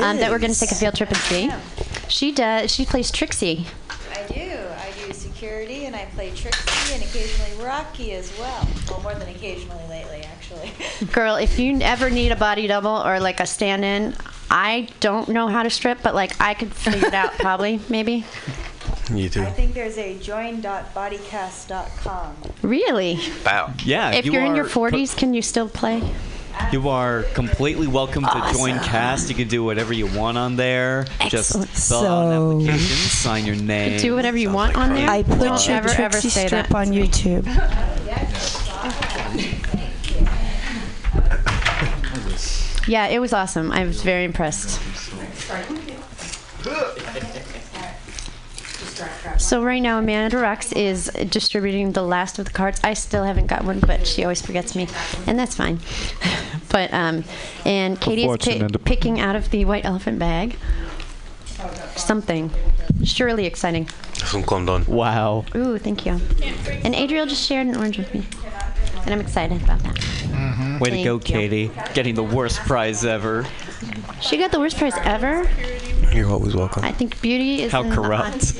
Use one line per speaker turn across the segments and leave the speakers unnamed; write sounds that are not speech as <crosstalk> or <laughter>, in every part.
um, that we're going to
is.
take a field trip and see. She does. She plays Trixie.
I do. I do security, and I play Trixie, and occasionally Rocky as well. Well, more than occasionally lately, actually.
Girl, if you ever need a body double or like a stand-in, I don't know how to strip, but like I could figure it out probably, <laughs> maybe.
You too.
I think there's a join.bodycast.com.
Really?
Wow.
Yeah,
if
Uh, you
you're in your
are-
40s, can you still play?
You are completely welcome to join
Awesome.
cast. You can do whatever you want on there.
Excellent.
Just fill out
So-
an application, sign your name.
Do whatever you want on there.
I put
Don't
your
ever,
Trixie
ever say
strip
that.
on YouTube.
<laughs> Yeah, it was awesome. I was very impressed. So right now, Amanda Rocks is distributing the last of the cards. I still haven't got one, but she always forgets me, and that's fine. <laughs> but um, and Katie is pi-
Unfortunate.
picking out of the white elephant bag something surely exciting.
Es un condón.
Wow.
Ooh, thank you. And Adriel just shared an orange with me, and I'm excited about that.
Way to go,
Thank you.
Katie. Getting the worst prize ever.
She got the worst prize ever.
You're always welcome.
I think beauty is
How
in the
corrupt.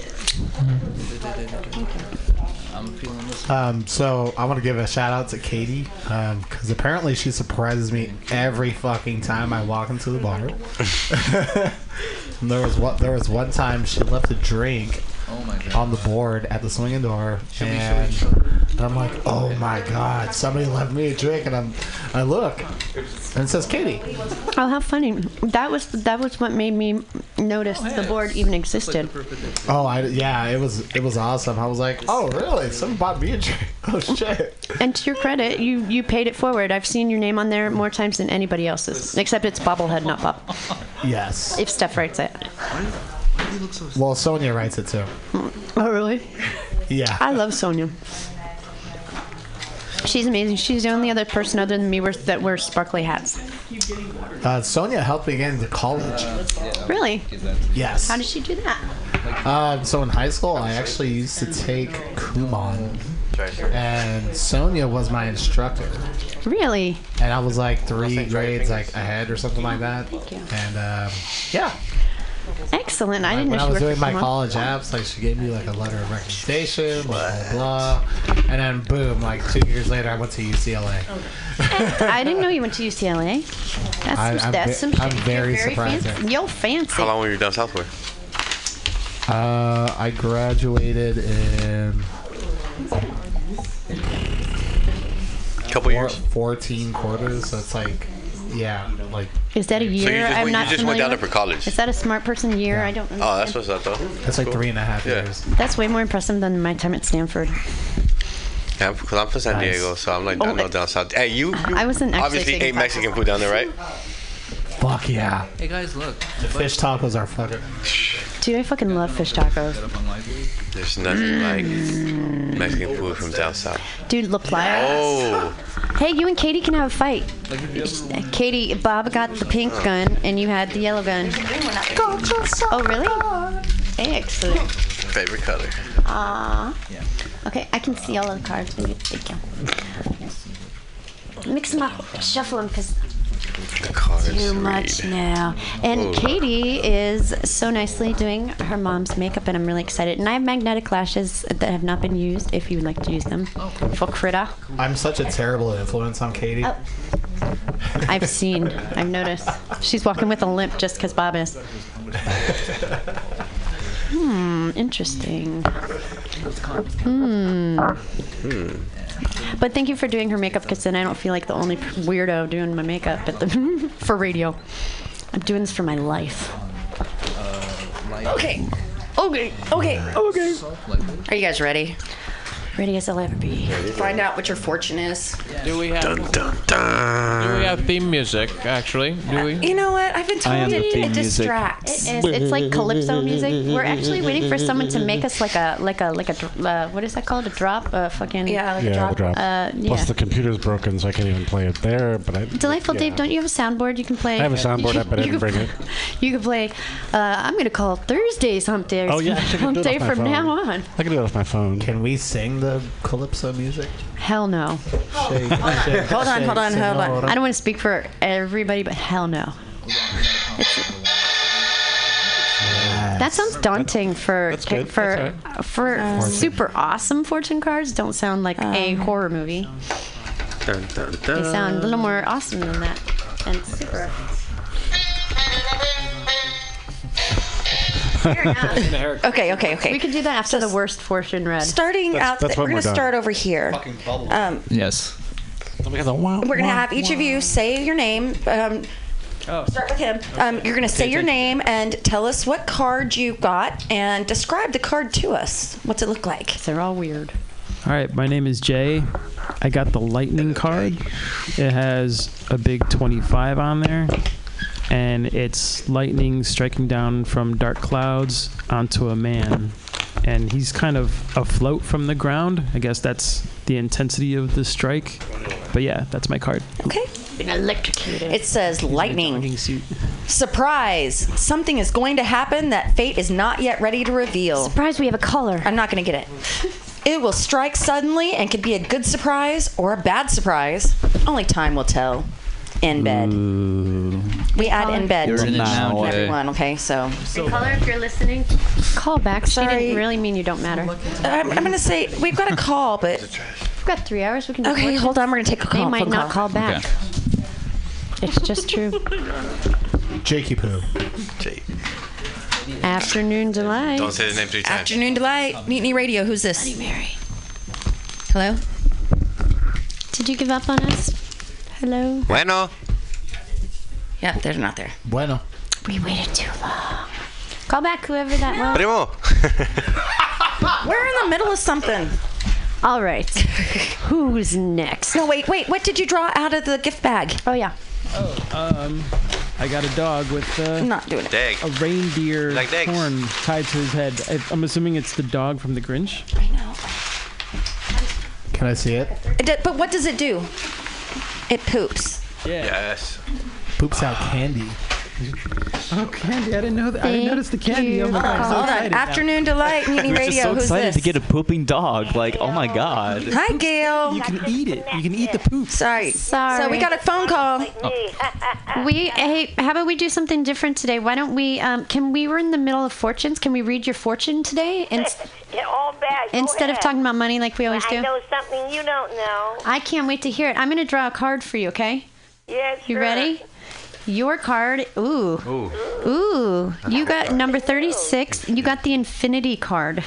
Um, so I want to give a shout out to Katie because apparently she surprises me every fucking time I walk into the bar. <laughs> And there was what there was one time she left a drink on the board at the swinging door, and, and I'm like, oh my god, somebody left me a drink, and I'm I look and it says Katie.
Oh, how funny! That was that was what made me notice Oh, the board even existed.
Oh, I yeah, it was it was awesome. I was like, oh really? Someone bought me a drink. <laughs> Oh shit.
<laughs> And to your credit, you you paid it forward. I've seen your name on there more times than anybody else's, except it's bobblehead, not Bob.
Yes.
If Steph writes it.
Well, Sonia writes it too.
Oh, really?
Yeah.
I love Sonia. She's amazing. She's the only other person other than me wears, that wears sparkly hats.
Uh, Sonia helped me get into college.
Really?
Yes.
How did she do that?
Um, so in high school, I actually used to take Kumon, and Sonia was my instructor.
Really?
And I was like three grades like ahead or something like that. Thank you. And um, yeah,
Excellent. I
like,
didn't
when
know
I
she
was
worked with
doing my
someone. <laughs>
college apps, like she gave me like a letter of recommendation, blah blah, blah. and then boom, like two years later, I went to UCLA.
I didn't know you went to UCLA. That's
<laughs> I-
some,
I'm
that's
ve-
some
I'm
shit. You're
very surprised
fancy.
there.
Yo, fancy.
How long were you down south for?
Uh, I graduated in
couple
four,
years.
14 quarters. So it's like, yeah, like
Is that a year?
So you just,
I'm
went,
not
you just went
familiar
down there
with?
for college.
Is that a smart person year? I don't. Understand.
oh, that's what's up though.
that's like three and a half
Yeah.
years.
That's way more impressive than my time at Stanford.
Yeah, because I'm from San
Nice.
Diego, so I'm like, I
Oh,
know
it-
down south. Hey, you, you
I wasn't actually
obviously
taking
ate
classes.
Mexican food down there, right?
Fuck yeah.
Hey guys, look.
The fish tacos are fucking.
Dude, I fucking love fish tacos.
There's nothing like Mexican food from down south.
Dude, La Playa.
Oh,
Hey, you and Katie can have a fight. Katie, Bob got the pink
Oh.
gun and you had the yellow gun. Oh, really? Excellent.
favorite color.
Aw. Okay, I can see all of the cards. Thank you. Thank you. Mix them up, shuffle them, cause
The cards.
too
read.
much now. And
Ooh.
Katie is so nicely doing her mom's makeup, and I'm really excited. And I have magnetic lashes that have not been used. If you would like to use them for Krita,
I'm such a terrible influence on Katie.
Oh. I've seen, I've noticed. She's walking with a limp just because Bob is. Hmm, interesting. Hmm. But thank you for doing her makeup because then I don't feel like the only weirdo doing my makeup at the <laughs> for radio. I'm doing this for my life.
uh,
Okay. Okay. Okay. Okay. Are you guys ready?
Ready as I'll ever be.
Find out what your fortune is.
Do we have
Dun dun dun.
do we have theme music actually? Do we?
Uh, You know what? I've been
I am
told
the
it,
theme
it
music.
distracts.
It is. It's like calypso music. We're actually waiting for someone to make us like a like a like a dr- uh, what is that called? A drop? A fucking
Yeah, like a
Yeah,
drop.
the drop.
Uh, yeah.
Plus the computer's broken, so I can't even play it there. But I,
Delightful
yeah.
Dave, don't you have a soundboard you can play?
I have a soundboard up, but I
You
didn't
can-
bring
<laughs>
it.
You can play. Uh, I'm gonna call Thursdays Hump Day.
Oh yeah, I actually can
Hump
do it
Day
off my
from
phone.
now on.
I can do it off my phone.
Can we sing the calypso music?
Hell no.
Shake, shake,
Hold on, hold on,
shake,
hold on.
senora.
I don't want to speak for everybody, but hell no. It's, That sounds daunting for
That's good.
for
That's
for
Um,
super awesome fortune cards. Don't sound like a horror movie.
Dun, dun,
They
dun.
sound a little more awesome than that. And super. <laughs>
Okay, okay, okay.
We could do that after the worst fortune read.
Starting
That's-
out,
that's
we're
when
gonna
we're done.
start over here. Um,
Yes.
we're gonna have each of you say your name. Um, Start with him. Um, you're gonna say
Okay,
your
thank you.
name and tell us what card you got and describe the card to us. What's it look like?
They're all weird.
All right, my name is Jay. I got the lightning card. It has a big 25 on there, and it's lightning striking down from dark clouds onto a man. And he's kind of afloat from the ground. I guess that's the intensity of the strike. But yeah, that's my card.
Okay.
electrocuted.
It says lightning. Surprise! Something is going to happen that fate is not yet ready to reveal.
Surprise, we have a caller.
I'm not going to get it. It will strike suddenly and could be a good surprise or a bad surprise. Only time will tell. In bed. We add in bed.
You're in it now,
to
Jay.
everyone, okay? So.
Caller, if you're listening, call back. She
Sorry.
didn't really mean you don't matter.
I'm, I'm going to say we've got a call, but.
We've got three hours. We can. Do
Okay,
fortune.
hold on. We're going to take a
They
call.
might
phone
not call back. It's just true.
<laughs>
Jakey Poo.
Jake.
Afternoon delight.
Don't say the name three times.
Afternoon Delight, Mutiny Radio. Who's this? Hello?
Did you give up on us? Hello.
Bueno.
Yeah, they're not there.
Bueno.
We waited too long. Call back whoever that was.
Primo.
We're in the middle of something. <laughs>
All right. Who's next?
No, wait, wait. What did you draw out of the gift bag?
Oh yeah.
Um, I got a dog with uh,
I'm not doing it.
Dag.
a reindeer
Like Dags.
horn tied to his head. I, I'm assuming it's the dog from The Grinch.
I know.
Can I see it?
<laughs> It d- but what does it do? It poops.
Yes.
Poops out candy.
Oh, candy! I didn't know that. I didn't
Thank
notice the candy. Oh my
you.
god! I'm so
Hold on.
excited now.
Afternoon Delight, Mutiny
We're just
Radio.
so
Who's
excited
this?
to get a pooping dog. Like, oh my god.
Hi, Gail.
You can eat it. You can eat the poop.
Sorry.
Sorry.
So we got a phone call.
We hey, how about we do something different today? Why don't we? Um, can we? We're in the middle of fortunes. Can we read your fortune
<laughs>
today in,
Yeah, all bad. Go
instead of
ahead.
talking about money like we always
I
do?
know something you don't know.
I can't wait to hear it. I'm gonna draw a card for you. Okay.
Yes.
You ready? Your card. Ooh. Ooh. You got number 36. You got the infinity card.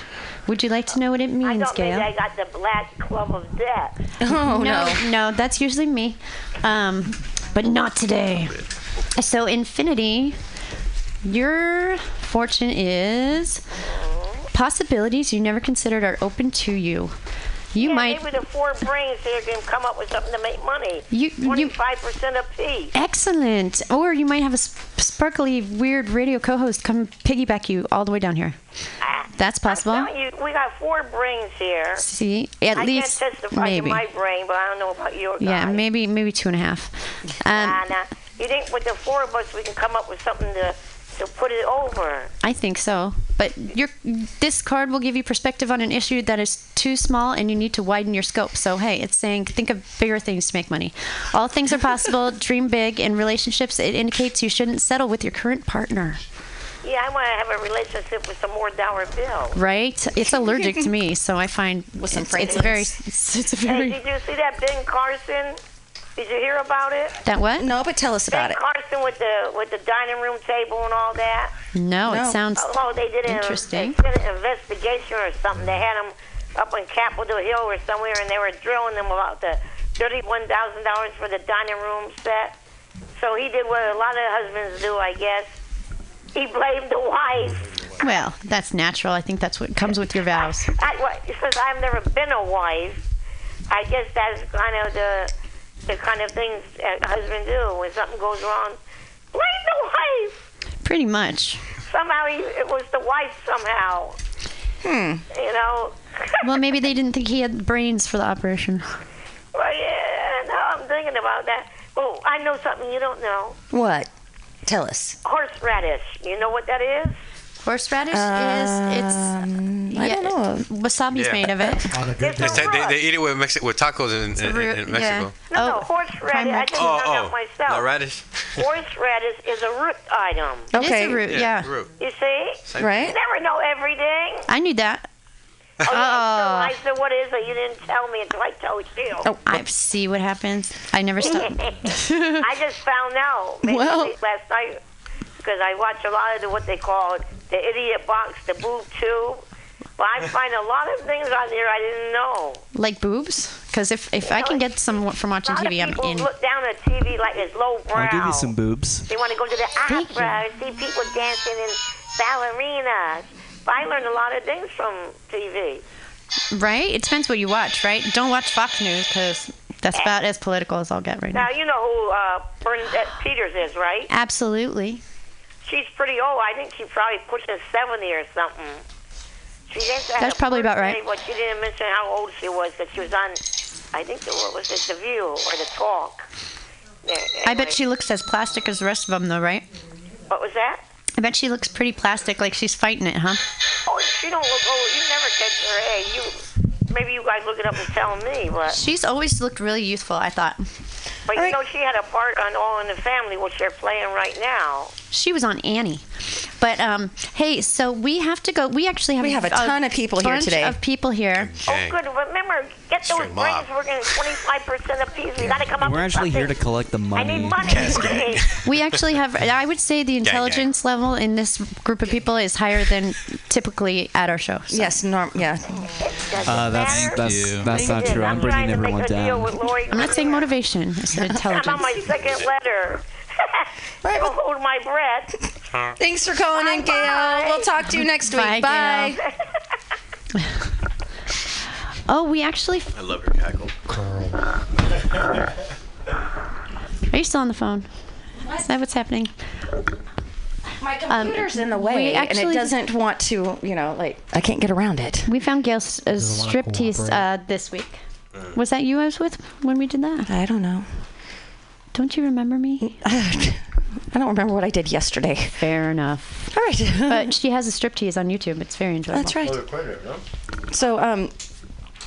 Would you like to know what it
I
means,
thought maybe
Gail?
I got the black club
<laughs>
of death. <laughs>
Oh,
no, no, that's usually me. Um, but not today. So, infinity, your fortune is possibilities you never considered are open to you. You
yeah,
might.
They were the four brains that can come up with something to make money.
You- you-
Twenty-five percent apiece.
Excellent. Or you might have a sp- sparkly, weird radio co host come piggyback you all the way down here.
Ah,
That's possible.
I'm telling you, we got four brains here.
See, at
I
least
can't testify
maybe.
to my brain, but I don't know about your
yeah,
guys.
maybe maybe two and a half.
Nah,
Um,
nah. You think with the four of us we can come up with something to to put it over?
I think so. But your this card will give you perspective on an issue that is too small and you need to widen your scope. So hey, it's saying think of bigger things to make money. All things are
<laughs>
possible. dream big. In relationships, it indicates you shouldn't settle with your current partner.
Yeah, I want to have a relationship with some more dollar bill.
Right? It's allergic to me, so I find
With some
it's, it's
Franklin's.
very <laughs> it's, it's a
Hey,
very
did you see that Ben Carson? Did you hear about it?
that what?
No, but tell us about
Ben
it.
Carson with the with the dining room table and all that.
No, it
No.
sounds
Oh, they did an,
Interesting.
They did an investigation or something. They had them up on Capitol Hill or somewhere, and they were drilling them about the thirty-one thousand dollars for the dining room set. So he did what a lot of husbands do, I guess. He blamed the wife.
well. That's natural. I think that's what comes with your vows.
I, what, he says, "I've never been a wife." I guess that's kind of the the kind of things a husband do when something goes wrong. Blame the wife.
Pretty much.
somehow he, it was the wife somehow. Hmm. You know.
Well, maybe they didn't think he had brains for the operation.
well, yeah. Now I'm thinking about that. Oh, I know something you don't know.
What? Tell us.
Horseradish. You know what that is?
Horseradish is it's
Um, I
yeah,
don't know.
wasabi's
Yeah.
made of it.
It's like they, they eat it with, Mexi- with tacos in,
It's a
in,
root,
in
yeah.
Mexico.
No, no,
Oh,
horseradish.
prime
I just
Oh,
found out
oh,
myself.
not radish.
Horseradish is a root item.
It is a
Okay.
root, yeah.
root.
You see?
Same
Right?
You never know everything.
I knew that.
Oh, yeah, so
Oh.
I said, what is it? You didn't tell me until I told you.
Oh,
I see what happens. I never stop.
<laughs> I just found out maybe
Well-
late last night because I watch a lot of the, what they call the idiot box, the boob tube. But I find a lot of things on there I didn't know.
like boobs, because if if I can get some from
A
watching
lot
TV,
of
I'm
people
in.
look down at TV like it's low brow.
I'll give you some boobs.
They want to go to the
Thank you.
opera and see people dancing and ballerinas. But I learned a lot of things from TV.
Right? It depends what you watch, right? Don't watch Fox News because that's about as political as I'll get right now.
Now you know who uh, Bernadette Peters is, right?
Absolutely.
She's pretty old. I think she probably pushing seventy or something. She didn't have
That's
a
probably about
birthday,
right.
But she didn't mention how old she was. That she was on, I think the what was it, the View or the Talk. Yeah,
I
anyway.
bet she looks as plastic as the rest of them, though, right?
What was that?
I bet she looks pretty plastic, like she's fighting it, huh?
Oh, she don't look old. You never catch her. Hey, you. Maybe you guys look it up and tell me. But
She's always looked really youthful. I thought
but you
Alright.
know she had a part on All in the Family, which they're playing right now.
she was on Annie, but um, hey, so we have to go. We actually have
We have a ton of people here
bunch
today.
Of people here.
Oh, good. Remember, get those
Straight mob.
brains. We're getting twenty-five percent apiece. We gotta come up.
We're
with
actually here to
something.
collect the
I
money.
need money. Hey,
We actually have. I would say the
gang.
intelligence level in this group of people is higher than typically at our show. So.
Yes, norm. Yeah.
does
Uh,
it
that's
matter?
that's
Yeah.
that's not
Listen,
true. I'm
trying to
bringing
make
everyone
a deal
down.
with Lori
I'm not saying
<laughs> Greer.
motivation. I said intelligence.
I'm on my second letter.
<laughs> Right,
Don't
well-
hold my breath.
Thanks for calling in, Gail.
Bye-bye.
We'll talk to you next week.
Bye, Gail.
Bye.
Oh, we actually.
I love your cackle. <laughs>
Are you still on the phone? Is that what's happening?
My computer's in the way,
we
and
actually-
it doesn't want to. You know, like I can't get around it.
We found Gail's uh, striptease uh, this week. Was that you I was with when we did that?
I don't know.
Don't you remember me?
<laughs> I don't remember what I did yesterday.
Fair enough.
All right.
But she has a striptease on YouTube. It's very enjoyable.
That's right. So um,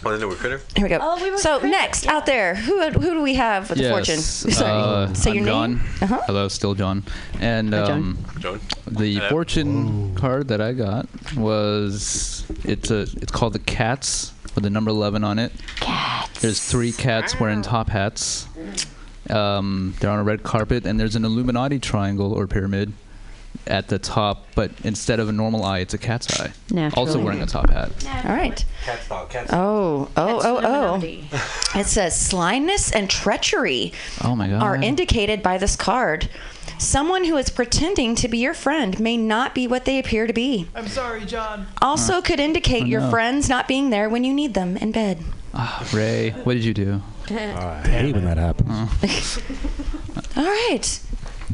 Want to do a critter?
here we go.
Oh, we were
so
cricket,
next out there, who who do we have with the fortune? <laughs> Sorry.
Uh,
Say
I'm
your
John.
name. Uh-huh.
Hello, still John. And
John.
um,
Joan?
the
Hello.
fortune card that I got was it's a it's called the cats with the number eleven on it. Cats. There's three cats wearing top hats. Um, they're on a red carpet, and there's an Illuminati triangle or pyramid at the top, but instead of a normal eye, it's a cat's eye. Also
Naturally.
wearing a top hat.
All right.
Cat style, cat
Oh, oh, oh, oh. <laughs> It says slyness and treachery
Oh my god.
are indicated by this card. Someone who is pretending to be your friend may not be what they appear to be.
I'm sorry, John.
Also, could indicate your
Oh, no.
friends not being there when you need them in bed.
Ah, Ray, what did
<laughs>
you do?
I hate when that happens.
<laughs>
Uh.
All right.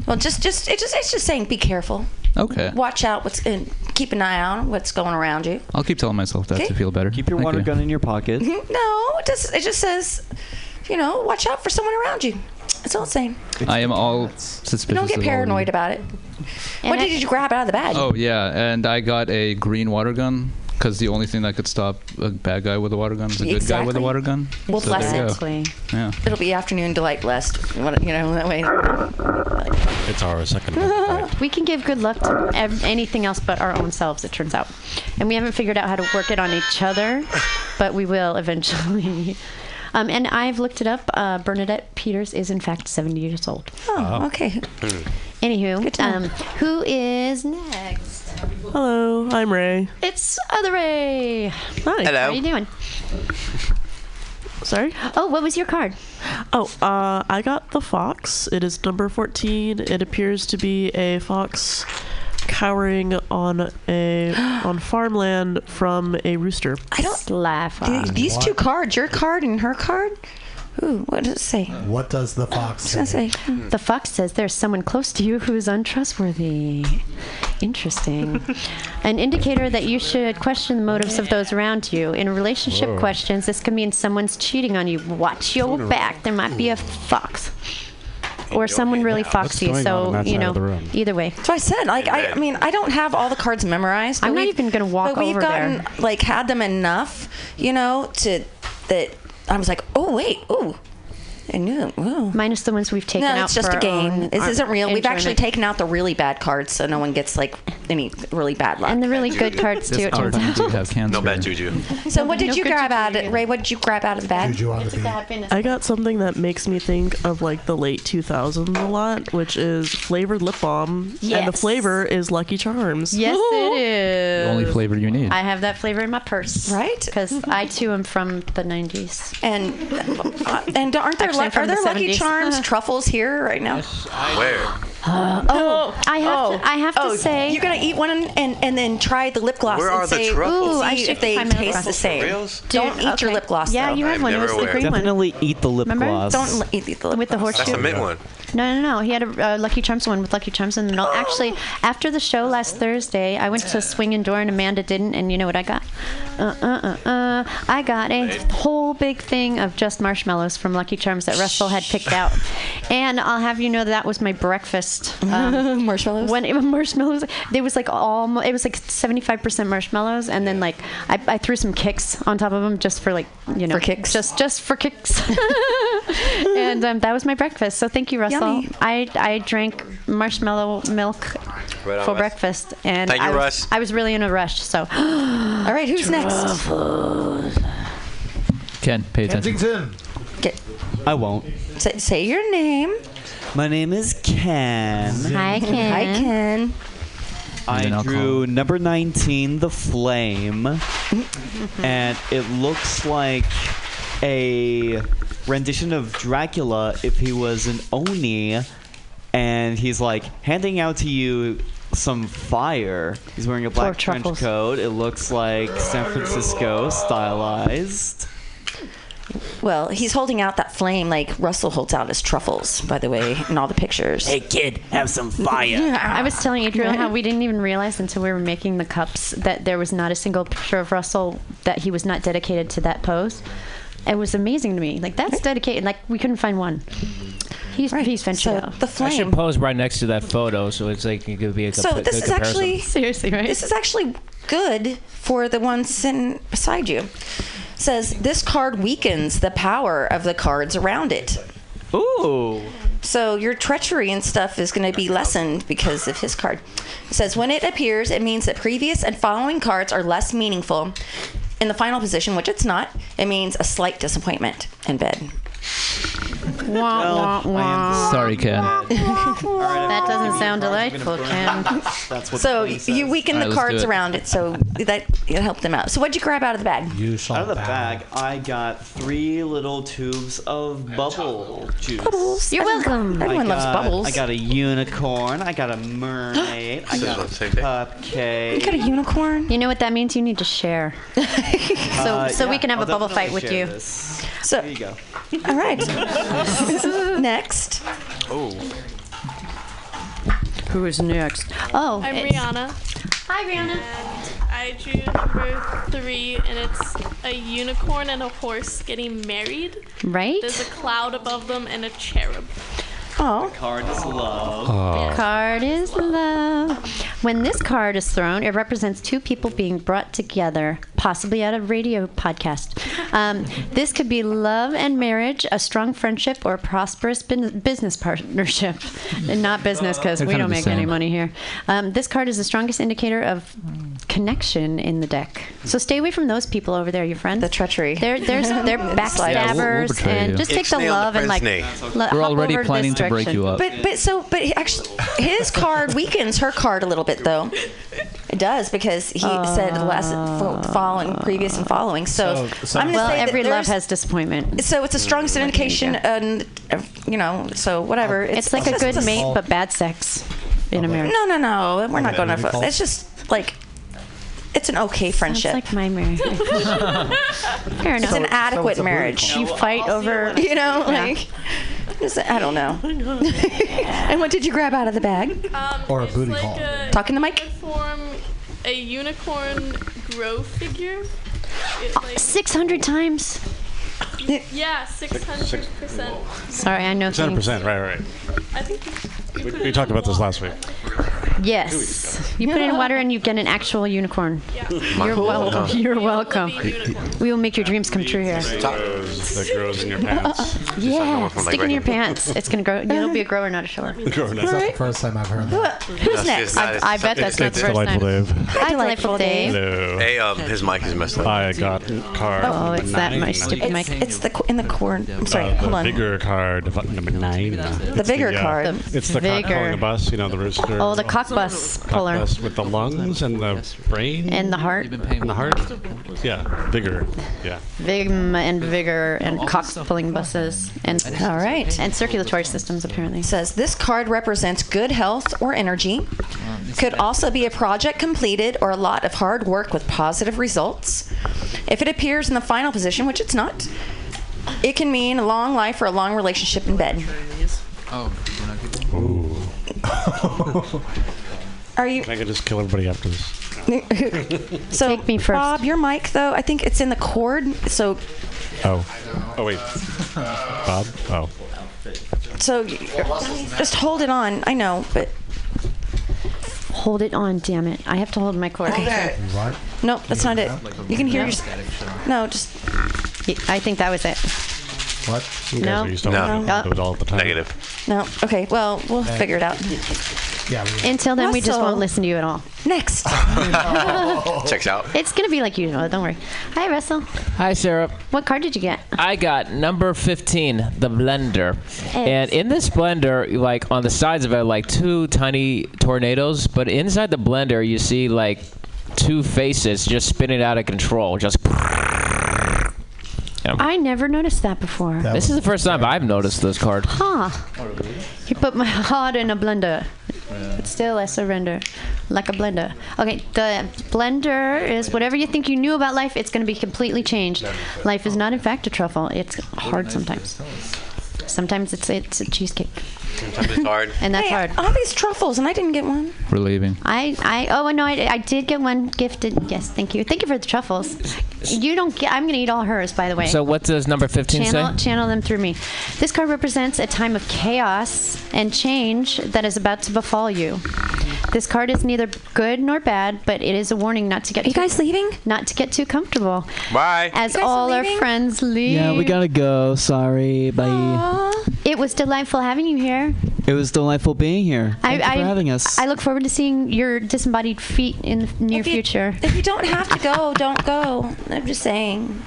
Well, just, just, it just, it's just saying, be careful.
Okay.
Watch out. What's and keep an eye on what's going around you.
I'll keep telling myself that
Okay.
to feel better.
Keep your
Thank
water
you.
gun in your
<laughs>
pocket.
Mm-hmm.
No, it just, it just says, you know, watch out for someone around you. That's all it's saying.
I am all suspicious.
Don't get
of all of you.
paranoid about it.
And
what
I-
did you grab out of the bag?
Oh yeah, and I got a green water gun because the only thing that could stop a bad guy with a water gun is a good guy with a
Exactly.
water gun.
Well,
so there you
bless
go.
Exactly.
Yeah.
It'll be afternoon delight blessed. What- You know that way.
It's our second one.
<laughs>
right?
We can give good luck to ev- anything else but our own selves, it turns out. And we haven't figured out how to work it on each other, but we will eventually. <laughs> Um, and I've looked it up. Uh, Bernadette Peters is, in fact, 70 years old.
Oh, okay.
Anywho,
to know.
um, who is next?
Hello, I'm Ray.
It's Other Ray.
Hi.
How are you doing?
Sorry.
Oh, what was your card?
Oh, uh, I got the fox. It is number 14. It appears to be a fox cowering on
<gasps>
a on farmland from a rooster.
I don't.
Laugh
th-
off.
These two cards, your card and her card. Ooh, what does it say? What
What does the fox
does it
say?
say? Hmm.
The fox says there's someone close to you who is untrustworthy. Interesting.
<laughs>
An indicator that you should question the motives of those around you. In relationship questions, this could mean someone's cheating on you. Watch your back. There might be a fox. or someone really
What's
foxy.
going on on
So
that
you
side
know,
of the room?
either way.
So I said, like, I, I mean, I don't have all the cards memorized. but
I'm not
we've-
even gonna walk
But we've
over
gotten
there.
like had them enough, you know, to that I was like, oh wait, ooh, I knew. Ooh.
Minus the ones we've taken
no,
out
it's just
for
a
our
game.
own
This
ar-
isn't real. We've actually
enjoyment.
taken out the really bad cards, so no one gets like any really bad luck. And
the really
<laughs>
good cards
This card do
<laughs>
have cancer.
No bad juju.
So what did
No
you
good
grab out, of, Ray? What did you grab out of the bag?
I got something that makes me think of like the late 2000s a lot, which is flavored lip balm, and the
Yes.
flavor is Lucky Charms.
Yes, it is.
The only flavor you need.
I have that flavor in my purse. Right? Because I too am from the 90s.
Mm-hmm. And Uh, and aren't there
Actually,
luck-
I'm
are
from the
there Lucky <laughs>
70s.
Charms truffles here right now?
Where?
Uh, oh,
I have to- I have to say-
you're gonna eat one and, and, and then try the lip gloss
Where
and
are the
say,
truffles?
ooh,
I
I
should
if they
find my lip
taste the
gloss.
same.
For reals?
Don't eat your lip gloss.
Yeah,
though.
you had one. It was the green one.
Definitely eat the lip
Remember?
gloss.
Don't
Don't eat the lip
With the
gloss.
horse-
That's a mint one.
No, no, no. He had a uh, Lucky Charms one with Lucky Charms in the middle. Actually, after the show last Thursday, I went to Swing and Door and Amanda didn't, and you know what I got? Uh, uh, uh, uh, I got a whole big thing of just marshmallows from Lucky Charms that Russell had picked out. And I'll have you know that was my breakfast. Um,
<laughs> marshmallows?
When it, marshmallows, there was like all, it was like 75% marshmallows, and then like I, I threw some kicks on top of them just for like, you know. For kicks? Just, just for kicks. <laughs> and um, that was my breakfast. So thank you, Russell.
Yummy.
I I drank marshmallow milk
Right on,
for
Russ.
breakfast, and
Thank you,
I, was,
Russ.
I was really in a
<gasps>
rush. So, all
right, who's next?
Ken, pay attention.
Kensington.
Get,
I won't.
say, say your name.
My name is Ken.
Hi, Ken.
I
Then I'll
drew number 19, The Flame, and it looks like a rendition of Dracula if he was an Oni, and he's like handing out to you some fire. He's wearing a black trench coat. It looks like San Francisco stylized.
Well, he's holding out that flame like Russell holds out his truffles, by the way, in all the pictures.
Hey, kid, have
<laughs>
some fire.
I was telling Adriel how we didn't even realize until we were making the cups that there was not a single picture of Russell that he was not dedicated to that pose. It was amazing to me. Like that's dedicated. Like we couldn't find one. He's he's ventured out.
The
I should pose right next to that photo, so it's like it could be a compa-
So
good
this is
comparison.
actually
seriously right.
This is actually good for the one sitting beside you. Says this card weakens the power of the cards around it.
Ooh.
So your treachery and stuff is going to be lessened because of his card. It says when it appears, it means that previous and following cards are less meaningful. In the final position, which it's not, it means a slight disappointment in bed.
Wah, wah, wah.
Sorry, Ken.
That doesn't sound delightful, Ken.
That's
so you weaken
All right,
the
let's
cards
do it.
around it, so that it helped them out. So what'd you grab out of the bag?
You shall
Out of the bag, I got three little tubes of bubble juice.
Bubbles. You're welcome. Everyone
I
loves
got-
bubbles.
I got a unicorn. I got a mermaid. I got a cupcake.
unicorn.
You know what that means? You need
<laughs>
to share. so
Uh,
so we
yeah,
can have
I'll
a bubble
definitely
fight with you.
share this.
So
there you go.
All right.
<laughs>
next.
Oh,
Who is next? Oh,
I'm
it's-
Rihanna.
Hi, Rihanna.
And I drew number three, and it's a unicorn and a horse getting married.
Right?
There's a cloud above them and a cherub.
Oh.
card is love.
Uh,
Card is love. When this card is thrown, it represents two people being brought together, possibly at a radio podcast. Um, this could be love and marriage, a strong friendship, or a prosperous bin- business partnership. <laughs> And not business because
They're
we
kind of
don't
the
make any
same.
money here. Um, this card is the strongest indicator of connection in the deck. So stay away from those people over there, your friend. The
treachery.
They're
<laughs>
they're they're backstabbers
Yeah, we'll- we'll betray
and
you.
just take the
Ixnay on the
love and like.
Fresnay.
le-
We're
hop
already
over this
planning to break
direction.
you up.
But but so but he actually his
<laughs>
card weakens her card a little bit though. It does because he said less fo- following previous and following. So,
So- so-
I'm gonna
Well,
say that
every love
there's-
has disappointment.
So it's a strongest indication, and uh, you know, so whatever.
It's like a good mate, but bad sex in a marriage.
No, no, no. We're not
Okay.
going to.
Default.
It's just like it's an okay friendship.
It's like
<laughs>
my marriage. Fair
It's
enough.
an adequate marriage.
You fight over,
<laughs> you know,
Yeah.
like is it- I don't
<laughs>
know. and what did you grab out of the bag?
Or a booty
like
call.
a-
Talking to Mike.
Form a unicorn grow figure. It, like,
six hundred times.
Yeah, six hundred percent.
Sorry, I know
It's not a
things.
percent, right, right.
I think you-
We, we talked about this last week.
Yes. You put in water and you get an actual <laughs> unicorn. You're
Cool.
welcome.
Yeah.
You're welcome. We will make your dreams come true here.
Tomatoes that grows
<laughs>
in your pants.
Yeah,
one, like,
stick it
right
in your
here.
pants. It's gonna grow.
<laughs>
It'll be a <laughs> grower, not a shower.
Grown
That's not the first time I've heard that.
Who's next? I, I bet that's not the first
delightful,
time.
Dave.
Hi, delightful Dave.
Hello.
Hey, um, his mic is messed up.
I got card.
Oh, it's that
nine.
my stupid mic.
It's the qu- in the corn. I'm sorry.
Uh,
hold
the
on.
bigger card, v- number nine.
The
It's uh,
bigger card. The
it's the cock
bigger.
calling the bus, you know, the rooster.
Oh, the cock bus
Cock
puller.
bus with the lungs and the brain
And the heart.
and the heart. Yeah, bigger. Yeah.
Vigm and vigor and cock pulling buses and all right and circulatory systems apparently.
Says this card represents good health or energy. Could also be a project completed or a lot of hard work with positive results. If it appears in the final position, which it's not, it can mean a long life or a long relationship in bed.
Oh, you're not good.
Ooh.
Are you?
I could just kill everybody after this.
so Bob, your mic though, I think it's in the cord. So,
Oh. Oh wait. Bob. Oh.
so y- just hold it on. I know, but
Hold it on, damn it! I have to hold my cord.
Okay. Nope, that's not it. You can hear your. No, just.
I think that was it.
What? You guys
No.
are used to
No.
having to do it all the time.
Negative.
No. Okay. Well, we'll
Hey.
figure it out.
Yeah.
Until then, we just
Russell.
won't listen to you at all.
Next.
<laughs> Checks out.
It's gonna be like usual. Don't worry. Hi, Russell.
Hi, Sarah.
What card did you get?
I got number 15, the blender. And in this blender, like on the sides of it, are, like two tiny tornadoes. But inside the blender, you see like two faces just spinning out of control. Just. Yeah.
I never noticed that before.
<laughs> this is the first time I've noticed this card.
Huh. You put my heart in a blender. But still, I surrender. Like a blender. Okay, the blender is whatever you think you knew about life, it's going to be completely changed. Life is not, in fact, a truffle. It's hard sometimes. Sometimes it's, it's a cheesecake.
Sometimes it's hard.
<laughs> And that's hard.
All these truffles, and I didn't get one.
We're leaving.
I, I oh no I, I did get one gifted yes thank you thank you for the truffles you don't get I'm gonna eat all hers by the way
So what does number 15
channel,
say?
channel them through me. This card represents a time of chaos and change that is about to befall you. This card is neither good nor bad, but it is a warning not to get. Are you guys
leaving?
Not to get too comfortable.
Bye.
As all our friends leave.
Yeah, we gotta go. Sorry, bye.
It was delightful having you here.
It was delightful being here. Thank you
I,
for
I,
having us.
I look forward to seeing your disembodied feet in the near future.
If you don't have to go, don't go. I'm just saying.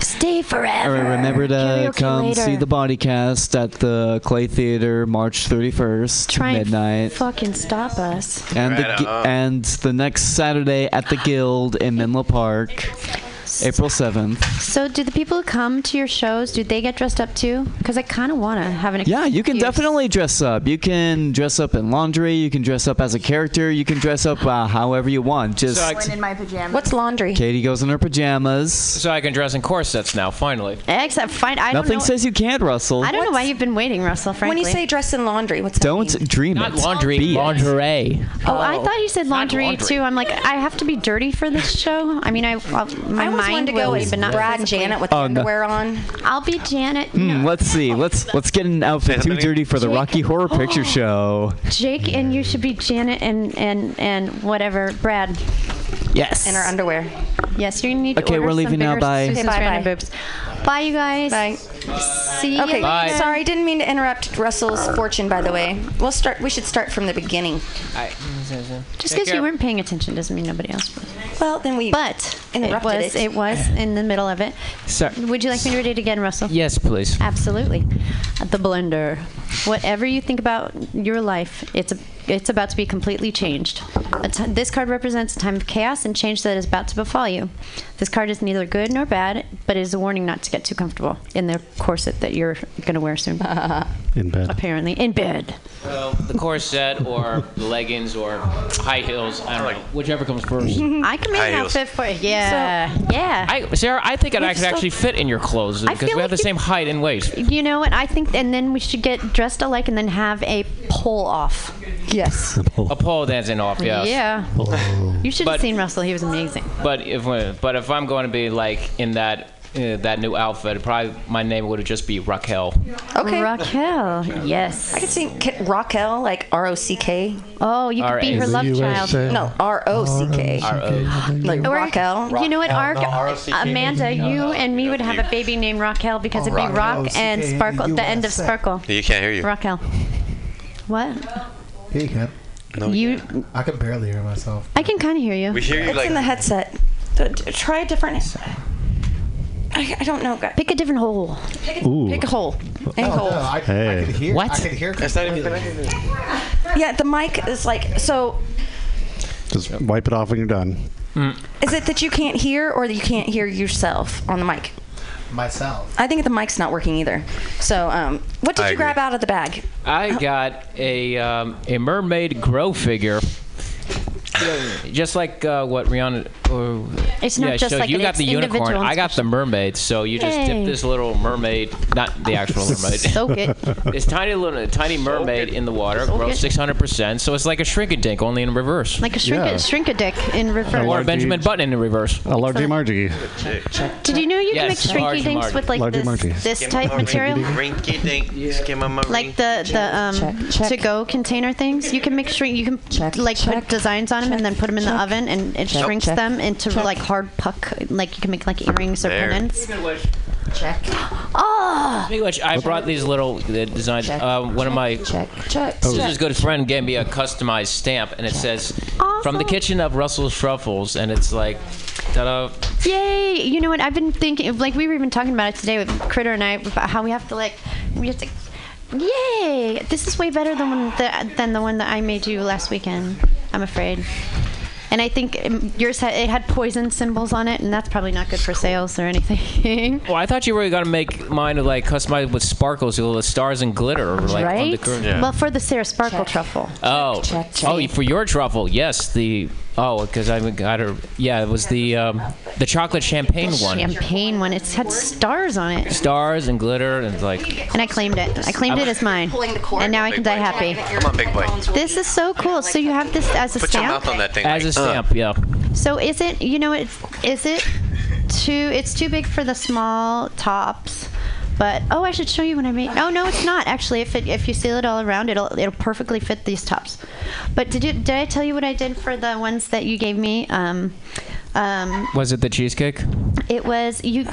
Stay
All
forever.
right, remember to
Karaoke
come
later.
see the body cast at the Clay Theater March 31st,
Try and
midnight.
Fucking stop us.
and the
Right
gi-
on.
and the next Saturday at the Guild in Menlo Park, April 7th.
So, do the people who come to your shows? Do they get dressed up too? Because I kind of want to have an.
Yeah, Ah, you can definitely dress up. You can dress up in laundry. You can dress up as a character. You can dress up uh, however you want. Just
Went
in my pajamas. What's laundry?
<laughs> Katie goes in her pajamas.
So I can dress in corsets now, finally.
Except, fine. I
Nothing
don't know.
says you can't, Russell.
I don't know why you've been waiting, Russell. Frankly,
When you say dress in laundry, what's that?
Don't dream
Not
it.
laundry,
Be it.
lingerie.
Oh, I thought you said laundry,
laundry.
too. I'm like, I have to be dirty for this show. I mean, I well, my
I always
mind
wanted to go
will,
as
but not
Brad and
physically.
Janet with the
Oh, no.
underwear on.
I'll be Janet.
Hmm, let's see. Let's let's get an outfit too dirty for the Rocky
<laughs>
<gasps>
Horror Picture Show.
Jake and you should be Janet and and and whatever Brad.
Yes.
In her underwear.
Yes, you need to
Okay,
order
we're
some
leaving now.
bigger
Bye.
Susan's
Okay, bye,
Random
bye.
boobs. Bye, you guys.
Bye.
See you
okay,
later.
sorry, didn't mean to interrupt Russell's fortune. By the way, we'll start. We should start from the beginning.
Just because you weren't paying attention doesn't mean nobody else was.
Well, then we.
But it
interrupted
was
it.
<laughs>
it. was in the middle of it.
Sir-
Would you like me to read it again, Russell?
Yes, please.
Absolutely. The blender. Whatever you think about your life, it's a, it's about to be completely changed. A ti- this card represents a time of chaos and change that is about to befall you. This card is neither good nor bad, but it is a warning not to get too comfortable in the corset that you're going to
<laughs>
wear soon.
in bed.
Apparently, in bed.
Well, the corset or the leggings or high heels. I don't know. Whichever comes
<laughs>
first.
I can make
High
an
heels.
outfit for you. Yeah. yeah.
I, Sarah, I think it
We're
I could
still-
actually fit in your clothes
I
because we
feel
have
like
the
you-
same height and waist.
You know what? I think, and then we should get dressed alike and then have a pull off.
Yes.
A pole dancing off, yes. <laughs>
Yeah. You should have seen Russell. He was amazing.
But if we- but if I'm going to be like in that uh, that new outfit, probably my name would just be Raquel.
Okay.
Raquel, yes.
I could see K- Raquel, like R O C K.
Oh, you could be her love child.
No, R O C K. Like
Or-
Raquel.
You know what,
Raquel,
Ark,
no, R-O-C-K.
Amanda,
No,
you and me would have a baby named Raquel because it'd be
Raquel.
Oh,
Rock and
R-O-C-K,
Sparkle, the end of
USA.
Sparkle.
You can't hear you.
Raquel. What?
Yeah, you can.
No,
you.
I can barely hear myself.
I can kind of hear you.
We hear you
It's
like
in the headset. D- d- Try a different. I, I don't know. guy.
Pick a different hole.
Pick
Ooh.
a, pick a hole. Any
No,
hole.
no, I, I could hear. I could hear. completely.
Yeah, the mic is like so.
Just wipe it off when you're done.
Is it that you can't hear, or that you can't hear yourself on the mic?
Myself.
I think the mic's not working either. So, um, what did
I
you
agree.
grab out of the bag?
I got a um, a mermaid grow figure. Just like uh, what Rihanna, or
It's not
yeah,
just
so
like
you
it,
got
it's
the unicorn.
individual
I got the mermaid, so you just
Hey.
dip this little mermaid, not the
<laughs>
actual mermaid.
Soak it.
<laughs> This tiny little a tiny mermaid in the water grows
it.
six hundred percent, so it's like a shrink a dink only in reverse.
Like a shrink, a, shrink a dick in reverse.
or a Benjamin Button in reverse. A
largy margie.
Did you know you
Yes,
can make
large
shrinky dinks
margin.
with like
Large margin.
this, this
Skim
type
margin.
material?
Rinky dink, skim a
Like the the um to go container things, you can make shrink. You can like put designs on them and then put them in the oven, and it
Check.
shrinks
Check.
them into
Check.
like hard puck. Like you can make like earrings or
There.
pendants.
Check.
Oh.
Speaking of which, I brought these little uh, designs. Uh, one of my
check,
sister's Oh, good friend gave me a customized stamp, and it says "From the kitchen of Russell's Truffles," and it's like, ta-da.
Yay! You know what? I've been thinking, like we were even talking about it today with Critter and I, about how we have to like, we have to. Yay! This is way better than one that, than the one that I made you last weekend. I'm afraid. And I think um, yours had it had poison symbols on it, and that's probably not good for sales or anything. <laughs>
Well, Oh, I thought you were gonna make mine like customized with sparkles, with stars and glitter, like on the
right?
curtain.
Well, for the Sarah Sparkle truffle.
Oh, oh, for your truffle, yes. The oh, because I got her. Yeah, it was the um, the chocolate champagne one.
Champagne one. It's had stars on it.
Stars and glitter and like.
And I claimed it. I claimed it as mine. And now I can die happy.
Come on, big boy.
This is so cool. So you have this as a
Put your
stamp?
mouth on that thing.
As a
like, uh.
stamp, yeah.
So is it? You know, it's is it too? It's too big for the small tops. But oh, I should show you what I made. Oh no, it's not actually. If it, if you seal it all around, it'll it'll perfectly fit these tops. But did you did I tell you what I did for the ones that you gave me? Um, um,
Was it the cheesecake?
it was you.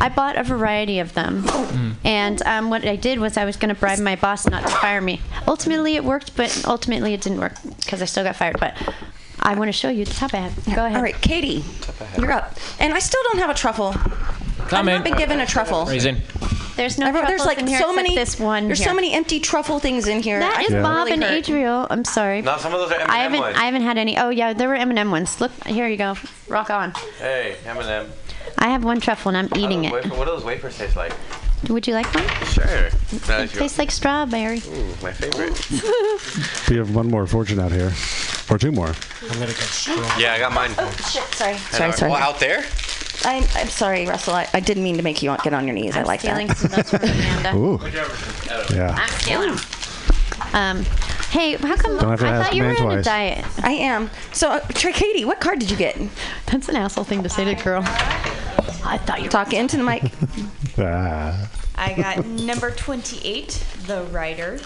I bought a variety of them,
Mm.
and um, what I did was I was going to bribe my boss not to fire me. Ultimately, it worked, but ultimately it didn't work because I still got fired. But I want to show you the top I have. Go ahead.
All right, Katie, you're up. And I still don't have a truffle.
Coming.
I've not been given a truffle.
Reason.
There's no.
Everyone- there's
truffles
like
in here
so
except
many.
This one.
there's so
here.
many empty truffle things in here.
That
I
is
feel
Bob
really
and
hurt.
Adriel. I'm sorry.
Not some of those are M&M
I haven't.
ones.
I haven't had any. Oh yeah, there were M&M ones. Look, here you go. Rock on.
Hey, Eminem.
I have one truffle and I'm
How
eating
does
it.
wafer- what do those wafers taste like?
Would you like one?
Sure. That
It
is your-
tastes like strawberry.
Ooh, my favorite.
<laughs>
We have one more fortune out here, or two more.
I'm gonna get strong.
Yeah, I got mine.
Oh shit! Sorry,
And
sorry,
I-
sorry.
Well, out there?
I'm, I'm sorry, Russell. I, I didn't mean to make you get on your knees. i like
stealing
that.
some notes from Amanda.
Ooh. Yeah.
I'm stealing 'em. Um, hey, how come?
Don't have to
I
ask
thought you
the
were
man
on a
twice.
diet.
I am. So, uh, Trey, Katie, what card did you get?
That's an asshole thing to say to a girl. I thought you
talk into the mic.
Ah.
I
<laughs>
got number 28, The Rider,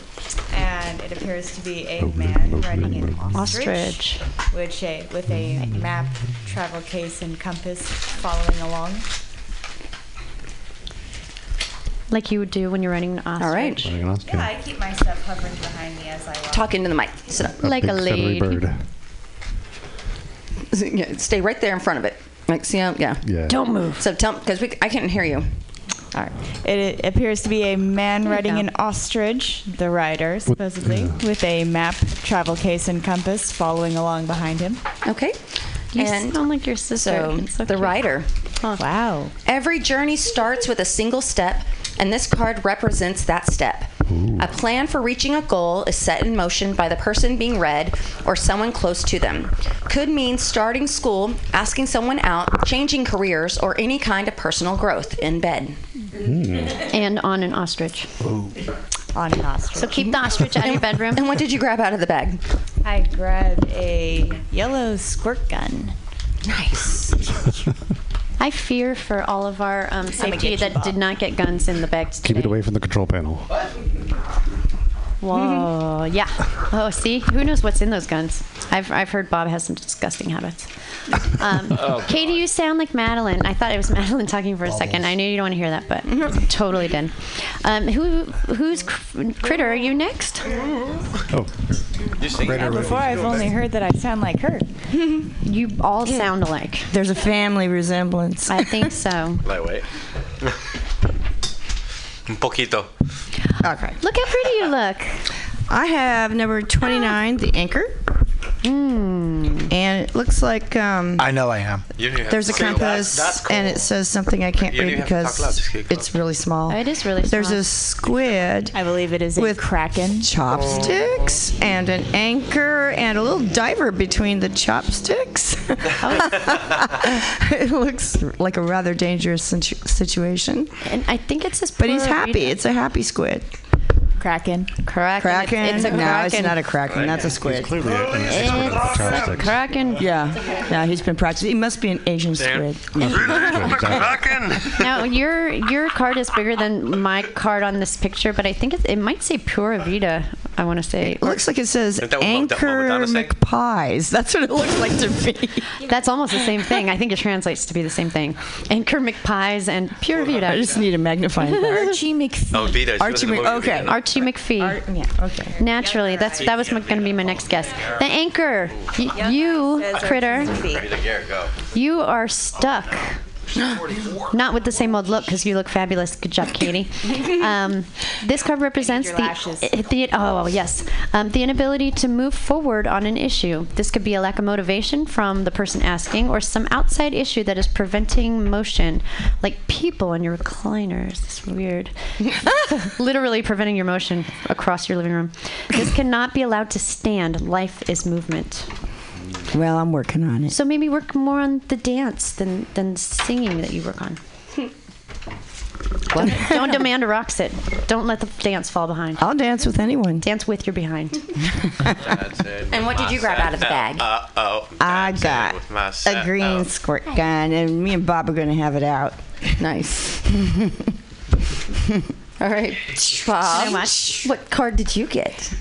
and it appears to be a man riding an ostrich,
Ostrich.
which a, with a map, travel case, and compass following along.
like you would do when you're running an ostrich.
All right.
Yeah, I keep my stuff hovering behind me as I walk.
Talk into the mic. Sit up.
A Like big a feathery lady. bird.
<laughs> Yeah, stay right there in front of it. Like, see how? Yeah.
Yeah.
Don't move. So tell because we I couldn't hear you. All right.
It i- appears to be a man riding an ostrich, the rider, supposedly, with a map, travel case, and compass following along behind him.
Okay.
You sound like your sister.
So,
It's so
the
cute.
rider.
Wow.
Every journey starts with a single step, and this card represents that step. A plan for reaching a goal is set in motion by the person being read or someone close to them. Could mean starting school, asking someone out, changing careers, or any kind of personal growth in bed.
And on an ostrich.
On an ostrich.
So keep the ostrich out of your bedroom.
And what did you grab out of the bag?
I grabbed a yellow squirt gun.
Nice.
I fear for all of our um, safety that did not get guns in the bags.
Keep it away from the control panel.
<laughs>
Whoa, yeah. Oh, see, who knows what's in those guns? I've, I've heard Bob has some disgusting habits. Um,
Oh,
Katie, you sound like Madeline. I thought it was <laughs> Madeline talking for a second. I knew you don't want to hear
<laughs>
that, but totally did. Um, who who's cr- critter? Are you next?
Mm-hmm.
Oh.
Yeah, before I've only heard that I sound like her.
<laughs> you all sound alike.
There's a family resemblance.
I think so.
Lightweight. <laughs> Un poquito.
<laughs> Okay.
<laughs> Look how pretty you look.
I have number 29, the anchor.
Hmm.
Mm. And it looks like um,
I know I am.
You don't even have
there's
to
a
say loud.
compass
That's cool.
and it says something I can't
You don't
read
even have to talk loud, just
because
get
it's really small.
Oh, It is really
There's
small.
a squid. I believe it is with kraken chopsticks and an anchor and a little diver between the chopsticks. <laughs> it looks like a rather dangerous situ- situation.
And I think it's this.
But he's
Puerto
happy.
Rican-
It's a happy squid.
Kraken.
Kraken.
Kraken.
It's, it's a
no,
kraken.
it's not a kraken. That's a squid.
clearly a- an
It's
expert with
a
chopsticks.
Kraken.
Yeah. Yeah, he's been practicing. He must be an Asian squid.
now your your card is bigger than my card on this picture, but I think it, it might say Pura Vida. I want to say.
It looks like it says anchor McPies. That's what it looks like to me.
That's almost the same thing. I think it translates to be the same thing. Anchor McPies and Pura Vida. I just
need a magnifying glass. Archie McPhee.
Oh, Vita.
Archie Mc- okay. Archie McPhee.
yeah, okay.
Naturally, that's that was going to be my next guess. The anchor, Y- you critter,
go.
you are stuck. <gasps> Not with the same old look, because you look fabulous. Good job, Katie. Um, this card represents
your
the,
lashes.
i- the oh yes, um, the inability to move forward on an issue. This could be a lack of motivation from the person asking, or some outside issue that is preventing motion, like people on your recliners. It's weird. <laughs> Literally preventing your motion across your living room. This cannot be allowed to stand. Life is movement.
Well, I'm working on it.
So maybe work more on the dance than than singing that you work on. Don't, <laughs> don't demand a rock sit. Don't let the dance fall behind.
I'll dance with anyone.
Dance with your
<laughs>
behind.
And what did you grab out of the bag?
Uh oh.
I got
with my set
a green
up.
squirt gun, and me and Bob are going to have it out. Nice.
<laughs> All right,
So
Bob.
much.
What card did you get?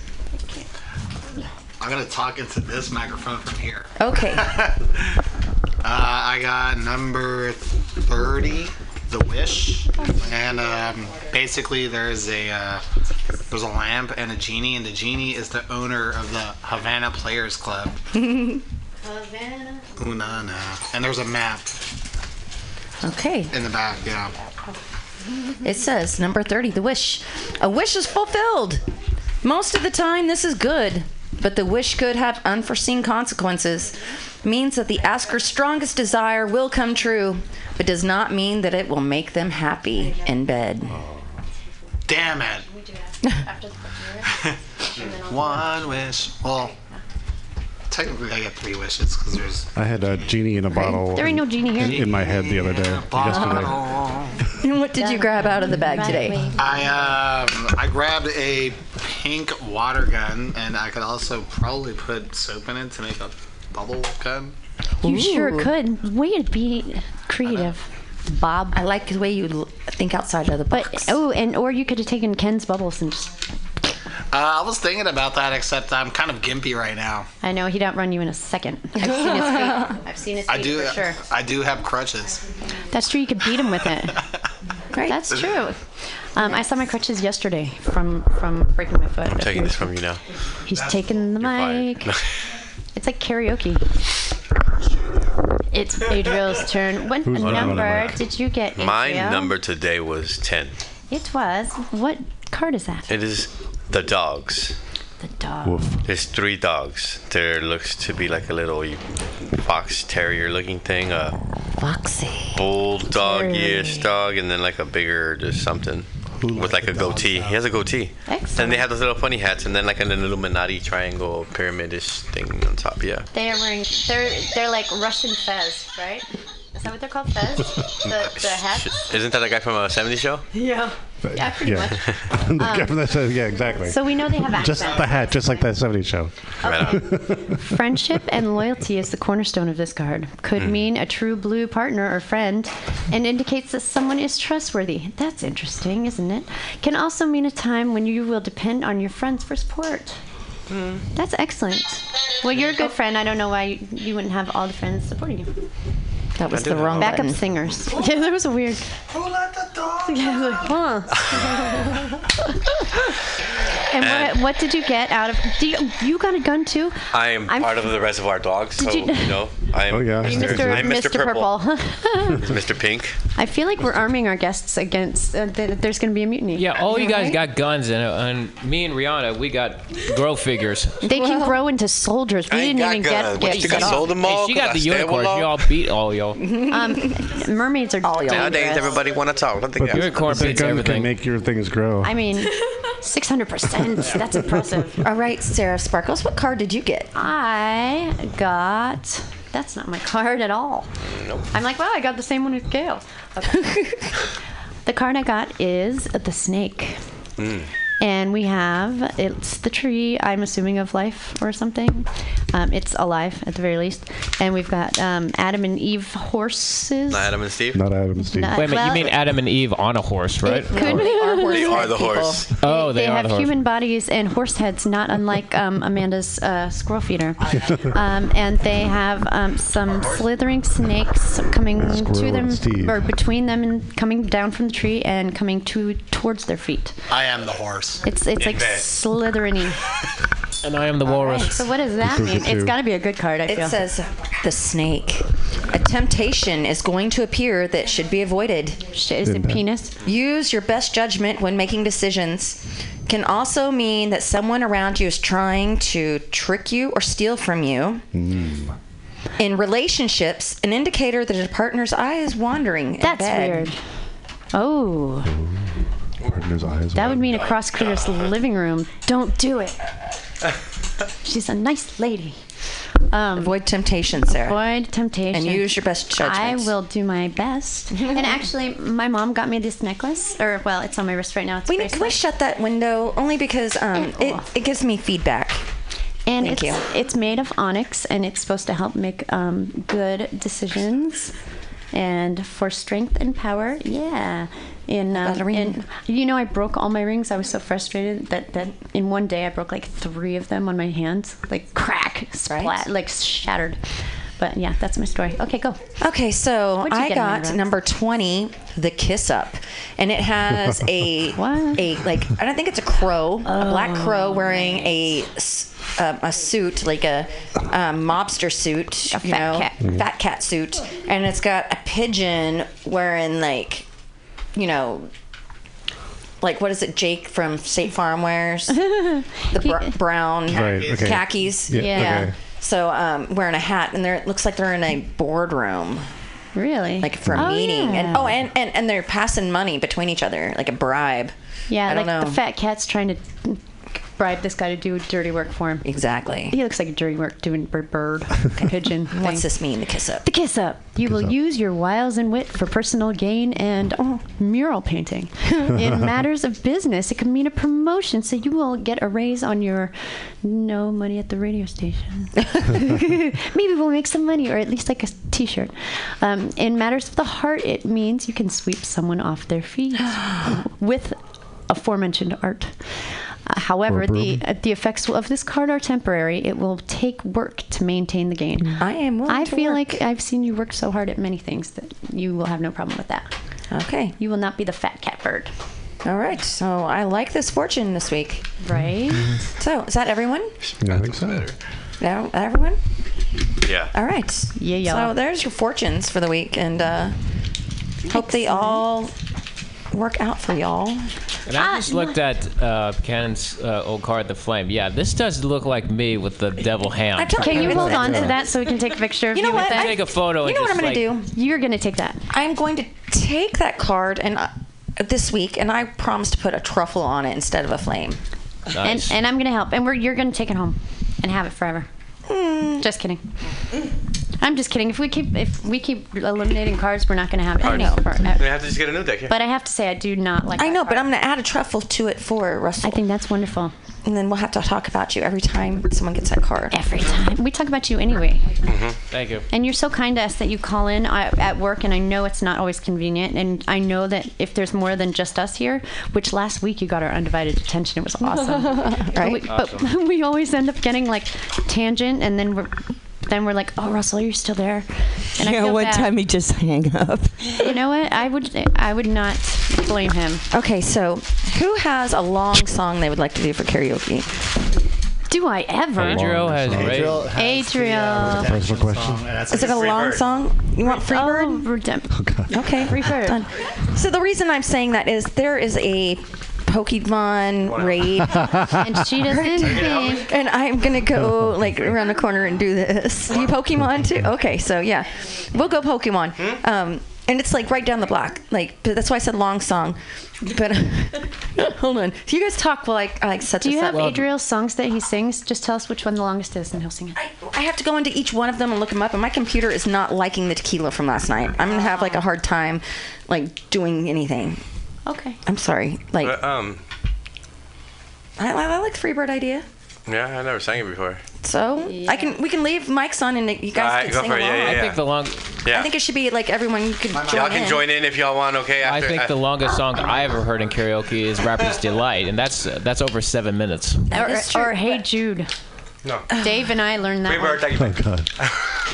I'm gonna talk into this microphone from here. <laughs>
Okay.
Uh, I got number 30, The Wish, and um, basically there's a uh, there's a lamp and a genie, and the genie is the owner of the Havana Players Club. Ooh, na, na. And there's a map
Okay.
in the back. Yeah.
It says number 30, the wish. A wish is fulfilled. Most of the time, this is good, but the wish could have unforeseen consequences. Means that the asker's strongest desire will come true, but does not mean that it will make them happy in bed.
Damn it.
<laughs>
Mm. One wish. Well, technically I got three wishes because there's
I had a genie in a bottle.
There ain't no
in-
genie here.
In my head the other day. Yesterday.
And <laughs> what did you grab out of the
Uh,
bag today?
I um, I grabbed a pink water gun, and I could also probably put soap in it to make a bubble gun.
You sure could. Way to be creative, Bob.
I like the way you l- think outside of the box.
But oh, and or you could have taken Ken's bubbles and just.
Uh, I was thinking about that, except I'm kind of gimpy right now.
I know he'd outrun you in
<laughs>
a second. I've seen his feet. I've seen his feet
I do.
for sure.
I do have crutches.
That's true. You could beat him with <laughs> it. That's true. Um, I saw my crutches yesterday from from breaking my foot.
I'm taking this from you now.
He's taking the mic. It's like karaoke. It's Adriel's turn. What
Who's on the
number
mic?
did you get, Adriel?
<laughs> My number today was 10.
It was. What card is that?
It is the dogs.
The dog.
There's three dogs. There looks to be like a little fox terrier looking thing, a
foxy
bulldog-ish dog, and then like a bigger just something with like a goatee. He has a goatee.
Excellent.
And they have those little funny hats, and then like an Illuminati triangle pyramidish thing on top. Yeah.
They are wearing. They're they're like Russian fez,
<laughs>
right? Is that what they're called? Fez. the the hat.
Isn't that the guy from a 70s show?
Yeah. Yeah, pretty
<laughs> The
much. Um,
governor says- yeah, exactly.
so we know Oh. they have
Just
accents.
the hat, just like that 70s show.
<laughs> Friendship and loyalty is the cornerstone of this card. Could
Mm.
mean a true blue partner or friend and indicates that someone is trustworthy. That's interesting, isn't it? Can also mean a time when you will depend on your friends for support.
Mm-hmm.
That's excellent. Well, you're a good friend. I don't know why you, you wouldn't have all the friends supporting you.
That was the wrong
Backup
button.
singers. <laughs> Yeah, there was a weird. Who let the <laughs> dog? Yeah, I was like, huh. and what, what did you get out of? Do you, you got a gun too?
I am
I'm-
part of the reservoir dogs, so
Did
you,
you-
know I
Oh,
am.
You Mr.
I'm
Mr. Purple. <laughs>
<laughs> It's Mr. Pink.
I feel like we're arming our guests against uh, th- there's going to be a mutiny.
Yeah, all you guys
Right?
got guns, and, and me and Rihanna, we got grow figures.
They can grow into soldiers. We didn't even get gifts at all.
Hey, she got the unicorn. You all beat all y'all.
<laughs> Um, mermaids are all
Nowadays, everybody want to talk. Nothing else.
the gun can make your things grow.
I mean, <laughs> 600%. That's impressive.
All right, Sarah Sparkles, what card did you get?
I got. That's not my card at all. Nope. I'm like, wow, I got the same one with Gail. <laughs> Okay. the card I got is the snake.
Hmm.
And we have it's the tree, I'm assuming, of life or something. Um, it's alive at the very least. And we've got um, Adam and Eve horses.
Not Adam and Steve.
Not Adam and
Steve. Not-
Wait a minute,
well-
you mean Adam and Eve on a horse, right?
could be. They are
They
horses.
are the horse.
Oh,
They,
they, are
have
the horse.
human bodies and horse heads, not unlike um, Amanda's uh, squirrel
<laughs>
feeder. Um, and they have um, some slithering snakes coming to
Squirrel
them
and Steve.
or between them and coming down from the tree and coming to towards their feet.
I am the horse.
It's it's like slithering.
And I am the walrus.
So what does that
Because
mean?
the
It's
two-
got to be a good card. I
It
feel.
says the snake. A temptation is going to appear that should be avoided.
Is it penis?
Use your best judgment when making decisions. Can also mean that someone around you is trying to trick you or steal from you. In relationships, an indicator that a partner's eye is wandering. in
That's
bed.
weird. Oh,
Partner's eyes.
that would mean across Critters' living room. Don't do it. She's a nice lady. Um,
avoid temptation, Sarah.
Avoid temptation.
And use your best
I
judgment.
will do my
<laughs>
best. and actually, my mom got me this necklace, or well, it's on my wrist right now. It's Eh, oh.
We need, can we shut that window only because um, it, it gives me feedback.
And
Thank
it's, it's made of onyx, and it's supposed to help make um, good decisions, and for strength and power. Yeah. In, um, in you know, I broke all my rings. I was so frustrated that that in one day I broke like three of them on my hands, like crack, splat, like shattered. But yeah, that's my story. Okay, go.
Okay, so
What'd you
I
get,
got
Amanda?
number twenty, the kiss up, and it has a a like I don't think it's a crow, a black crow wearing a s a a a suit like a, um mobster suit, you know, Mm-hmm.
cat.
fat cat suit, and it's got a pigeon wearing like, you know. Like what is it, Jake from State Farm wears the br- brown
Right, okay.
khakis?
Yeah, okay.
So um, wearing a hat, and they're, it looks like they're in a boardroom.
Really?
Like for a
Oh,
meeting, and
yeah.
oh, and, and and they're passing money between each other, like a bribe.
Yeah,
I
like
don't know.
the fat cat's trying to bribe this guy to do dirty work for him.
Exactly.
He looks like a dirty work doing bird,
<laughs>
bird pigeon.
What's this mean? The kiss up.
The kiss up. You will use your wiles and wit for personal gain and oh, mural <laughs> painting. In matters of business, it could mean a promotion, so you will get a raise on your no money at the radio <laughs> station. Maybe we'll make some money, or at least like a t shirt. Um, in matters of the heart, it means you can sweep someone off their <gasps> feet with aforementioned art. Uh, however, the uh, the effects of this card are temporary. It will take work to maintain the gain.
Mm-hmm.
I am. willing
I
to
feel
work.
like I've seen you work so hard at many things that you will have no problem with that.
Okay.
You will not be the fat cat bird.
All right. So I like this fortune this week.
Right.
<laughs> So is that everyone?
I think so.
Yeah, everyone.
Yeah.
All right.
Yeah, yeah.
So there's your fortunes for the week, and uh, hope they all work out for y'all.
And I just looked at uh, Ken's uh, old card, the flame. Yeah, this does look like me with the devil hand.
I told
Can
you
you
it's
hold
that
on to
girl.
that so we can take a picture of
You
you,
know
with
what? I-
that?
Take a photo.
you know
and
what I'm
just,
gonna
like,
do?
You're gonna take that.
I'm going to take that card and uh, this week, and I promise to put a truffle on it instead of a flame.
<laughs>
And
Mm.
and I'm gonna help. And we're you're gonna take it home and have it forever. Just kidding. I'm just kidding. If we keep if we keep eliminating cards, we're not going to have any forever.
We have to just get a new deck here.
But I have to say, I do not like.
I know, but I'm going to add a truffle to it for Russell. I think
that's wonderful.
And then we'll have to talk about you every time someone gets that card.
Every time. We talk about you anyway.
Mm-hmm. Thank you.
And you're so kind to us that you call in uh, at work, and I know it's not always convenient. And I know that if there's more than just us here, which last week you got our undivided attention,
<laughs>
it was awesome. But, we,
Right?
but <laughs> we always end up getting like tangent, and then we're then we're like, oh Russell, are you still there? And
yeah, one
bad.
time he just
<laughs>
hang up.
You know what? I would I would not blame him.
Okay, so who has a long song they would like to do for karaoke?
Do I ever?
Adriel has Adriel
Adriel.
Personal question.
Is it a long song? You want Freebird? Oh, Okay.
Freebird.
Done. So the reason I'm saying that is there is a Pokemon raid.
And she doesn't
think.
And I'm going to go like around the corner and do this. You Pokemon too? Okay, so yeah. We'll go Pokemon. Um, and it's like right down the block. Like but that's why I said long song. But <laughs> hold on. You guys talk while I, I set
Do
this
you
up.
have Adriel's songs that he sings? Just tell us which one the longest is, and he'll sing it.
I have to go into each one of them and look them up, and my computer is not liking the tequila from last night. I'm gonna have like a hard time, like doing anything.
Okay.
I'm sorry. Like
Uh, um,
I, I like the Freebird idea,
yeah, I never sang it before.
so I can we can leave mics on and you
All
guys
right,
can
go
sing
for it.
along.
Yeah, yeah, yeah.
long.
Yeah.
I think it should be like everyone you can join
Y'all
in.
can join in if y'all want. Okay.
I
After,
think the
uh,
longest song I ever heard in karaoke is "Rapper's Delight," and that's uh, that's over seven minutes.
Or, or Hey Jude.
No.
Dave and I learned that. one.
Oh God.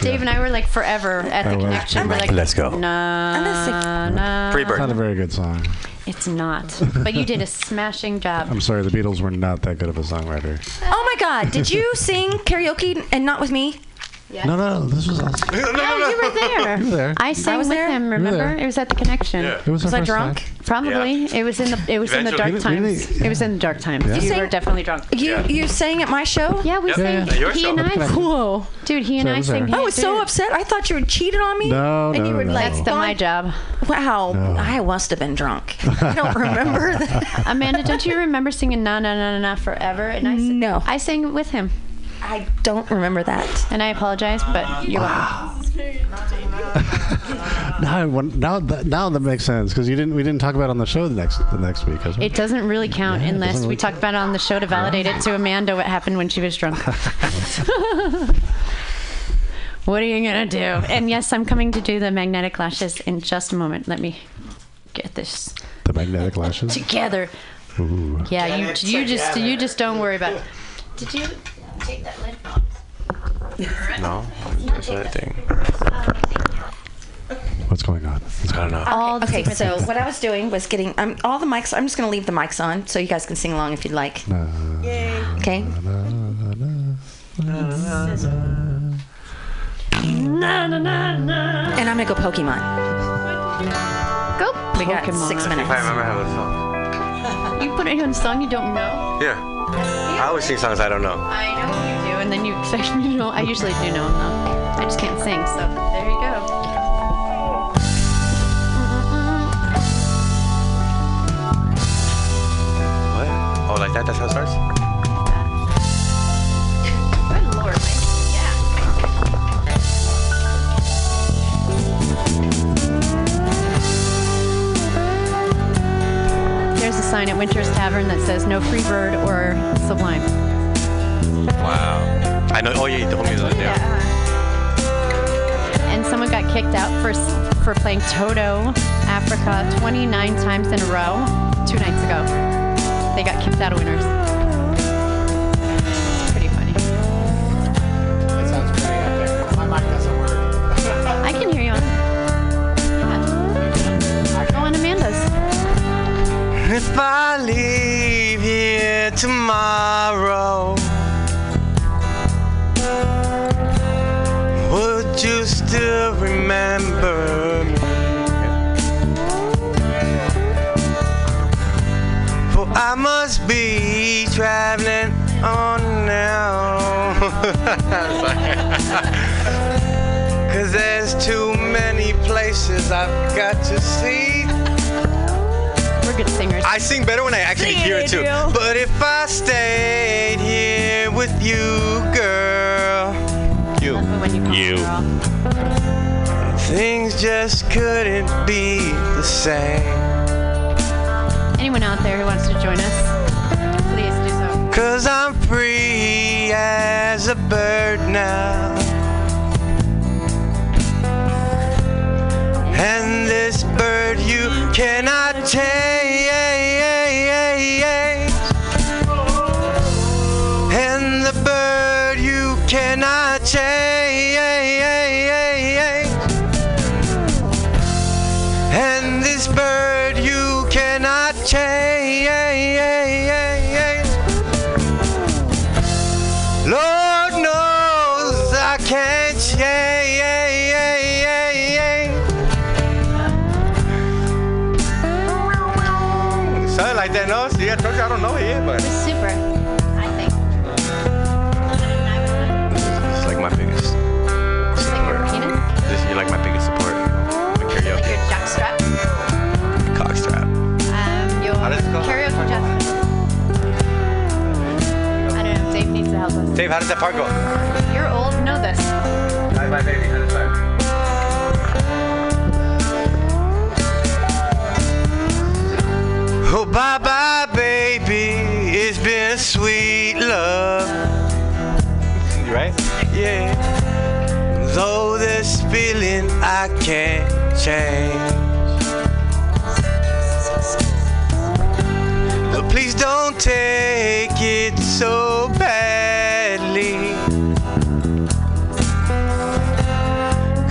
Dave and I were like forever at the
I was
connection.
too.
We're like,
Let's go.
Nah, nah.
It's not a very good song.
It's not. But you did a smashing job.
I'm sorry, the Beatles were not that good of a songwriter.
Oh my God! Did you sing karaoke and not with me?
No, no, this was awesome.
<laughs> No,
Oh, you were there.
<laughs> You were there.
I
I
sang
was
with
there.
him.
You were
Remember,
there.
it was at the connection.
Yeah. It was our
I
first
drunk?
time.
Probably. It was in the. It was in the dark
Eventually.
times.
Really-
It was in the dark times.
Yeah.
You,
You
were
sang-
definitely drunk.
You you sang at my show?
Yeah, we
Yeah,
sang.
yeah. At your
he
show.
and I.
Connection.
Whoa, dude. He and
So it
I
was
sang.
there.
Hey
I was Oh, so
Jude.
upset. I thought you had cheated on me.
No,
and
no,
you were
no,
like,
no.
That's my job.
Wow,
No.
I must have been drunk. I don't
<laughs>
remember that.
Amanda, don't you remember singing "Na Na Na Na Na" forever? And I
no,
I sang it with him.
I don't remember that.
And I apologize, but you're welcome.
Now, I won- now, that, now that makes sense because you didn't. We didn't talk about it on the show the next the next week. As well.
It doesn't really count
it
unless
doesn't
we
really
talk about it on the show to validate it to Amanda what happened when she was drunk. <laughs> what are you gonna do? And yes, I'm coming to do the magnetic lashes in just a moment. Let me get this
the magnetic lashes.
together.
Ooh.
Yeah, you
Get it
you just you
together.
just don't worry about. It. Did you take that lid off?
No. What's that thing?
What's going on? I
don't know.
All the
okay,
different
so
things.
what I was doing was getting um, all the mics. I'm just going to leave the mics on so you guys can sing along if you'd like. Okay. And I'm going to go Pokemon.
Go
We got
Pokemon.
six
I think I remember how it felt.
You put it on a song you don't know.
Yeah. I always sing songs I don't know.
I know you do, and then you expect me to know. I usually do know them though. I just can't sing, so there you go.
What? Oh, like that? That's how it starts.
Good lord, Mike. Yeah. There's a sign at Winter's Tavern that says no free bird or sublime.
Wow. I know. Oh, yeah, you told me that. Yeah.
And someone got kicked out for s- for playing Toto Africa 29 times in a row two nights ago. They got kicked out of winners. Pretty funny.
That sounds pretty epic. My mic doesn't work.
I can hear you on. Yeah. Go on Amanda's.
If I leave here tomorrow, would you still remember me? For Oh, I must be traveling on now. <laughs> Cause there's too many places I've got to see.
We're good singers.
I sing better when I actually
Sing it,
hear it too.
Adriel.
But if I stayed here with you, girl,
You.
You.
Things just couldn't be the same.
Anyone out there who wants to join us, please do so.
Cause I'm free as a bird now. And this bird you cannot take. And the bird you cannot change. And this bird you cannot change. Lord knows I can't change.
Sounded like that, no? See, I told you I don't know it yet, but it's
Super. I think.
like my biggest support. This, you're like my biggest support. My karaoke.
Your jockstrap.
Cockstrap.
Um, your
How does it go?
karaoke jockstrap. I don't know. Dave needs to help us.
Dave, how does that part go?
You're old. Know this.
Bye bye, baby. How does that
Oh, bye bye, baby. It's been sweet love. You right? Yeah. Though this feeling I can't change. But Oh, please don't take it so badly.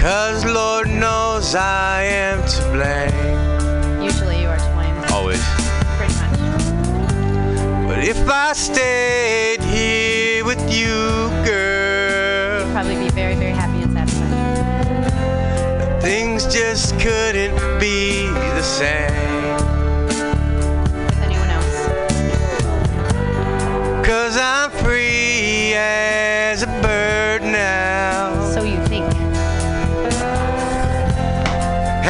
Cause Lord knows I am to blame.
Usually you are to blame.
Always.
Pretty much.
But if I stayed here with you, girl,
You'd probably be very, very happy and satisfied.
things just couldn't be the same.
With anyone else.
Cause I'm free as a bird now.
So you think.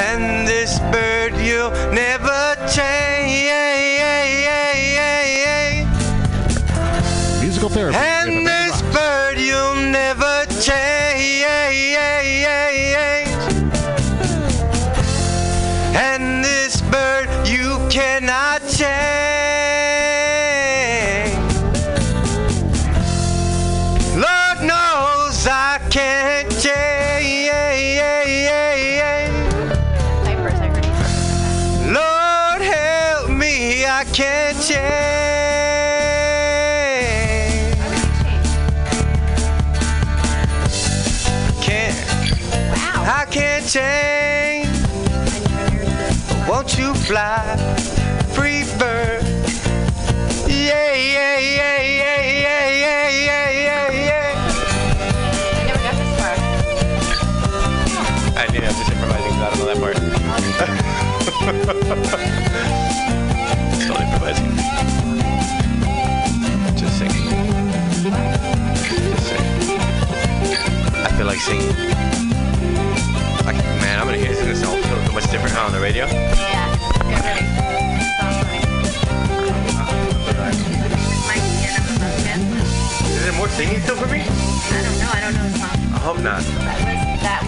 And this bird you'll never change.
Musical therapy.
And this bird you'll never change. And this bird you cannot change. Lord knows I can't change. Lord help me, I can't change. Can't. I can't change. Won't you fly, free bird? Yeah, yeah, yeah, yeah, yeah, yeah, yeah, yeah, yeah.
Never got this far.
I knew I'm just improvising 'cause I don't know that part. Still improvising. Just singing. Just singing. I feel like singing. Like, man, I'm gonna hear this gonna sound so so much different huh, on the radio. Is there more singing still for me? I hope not.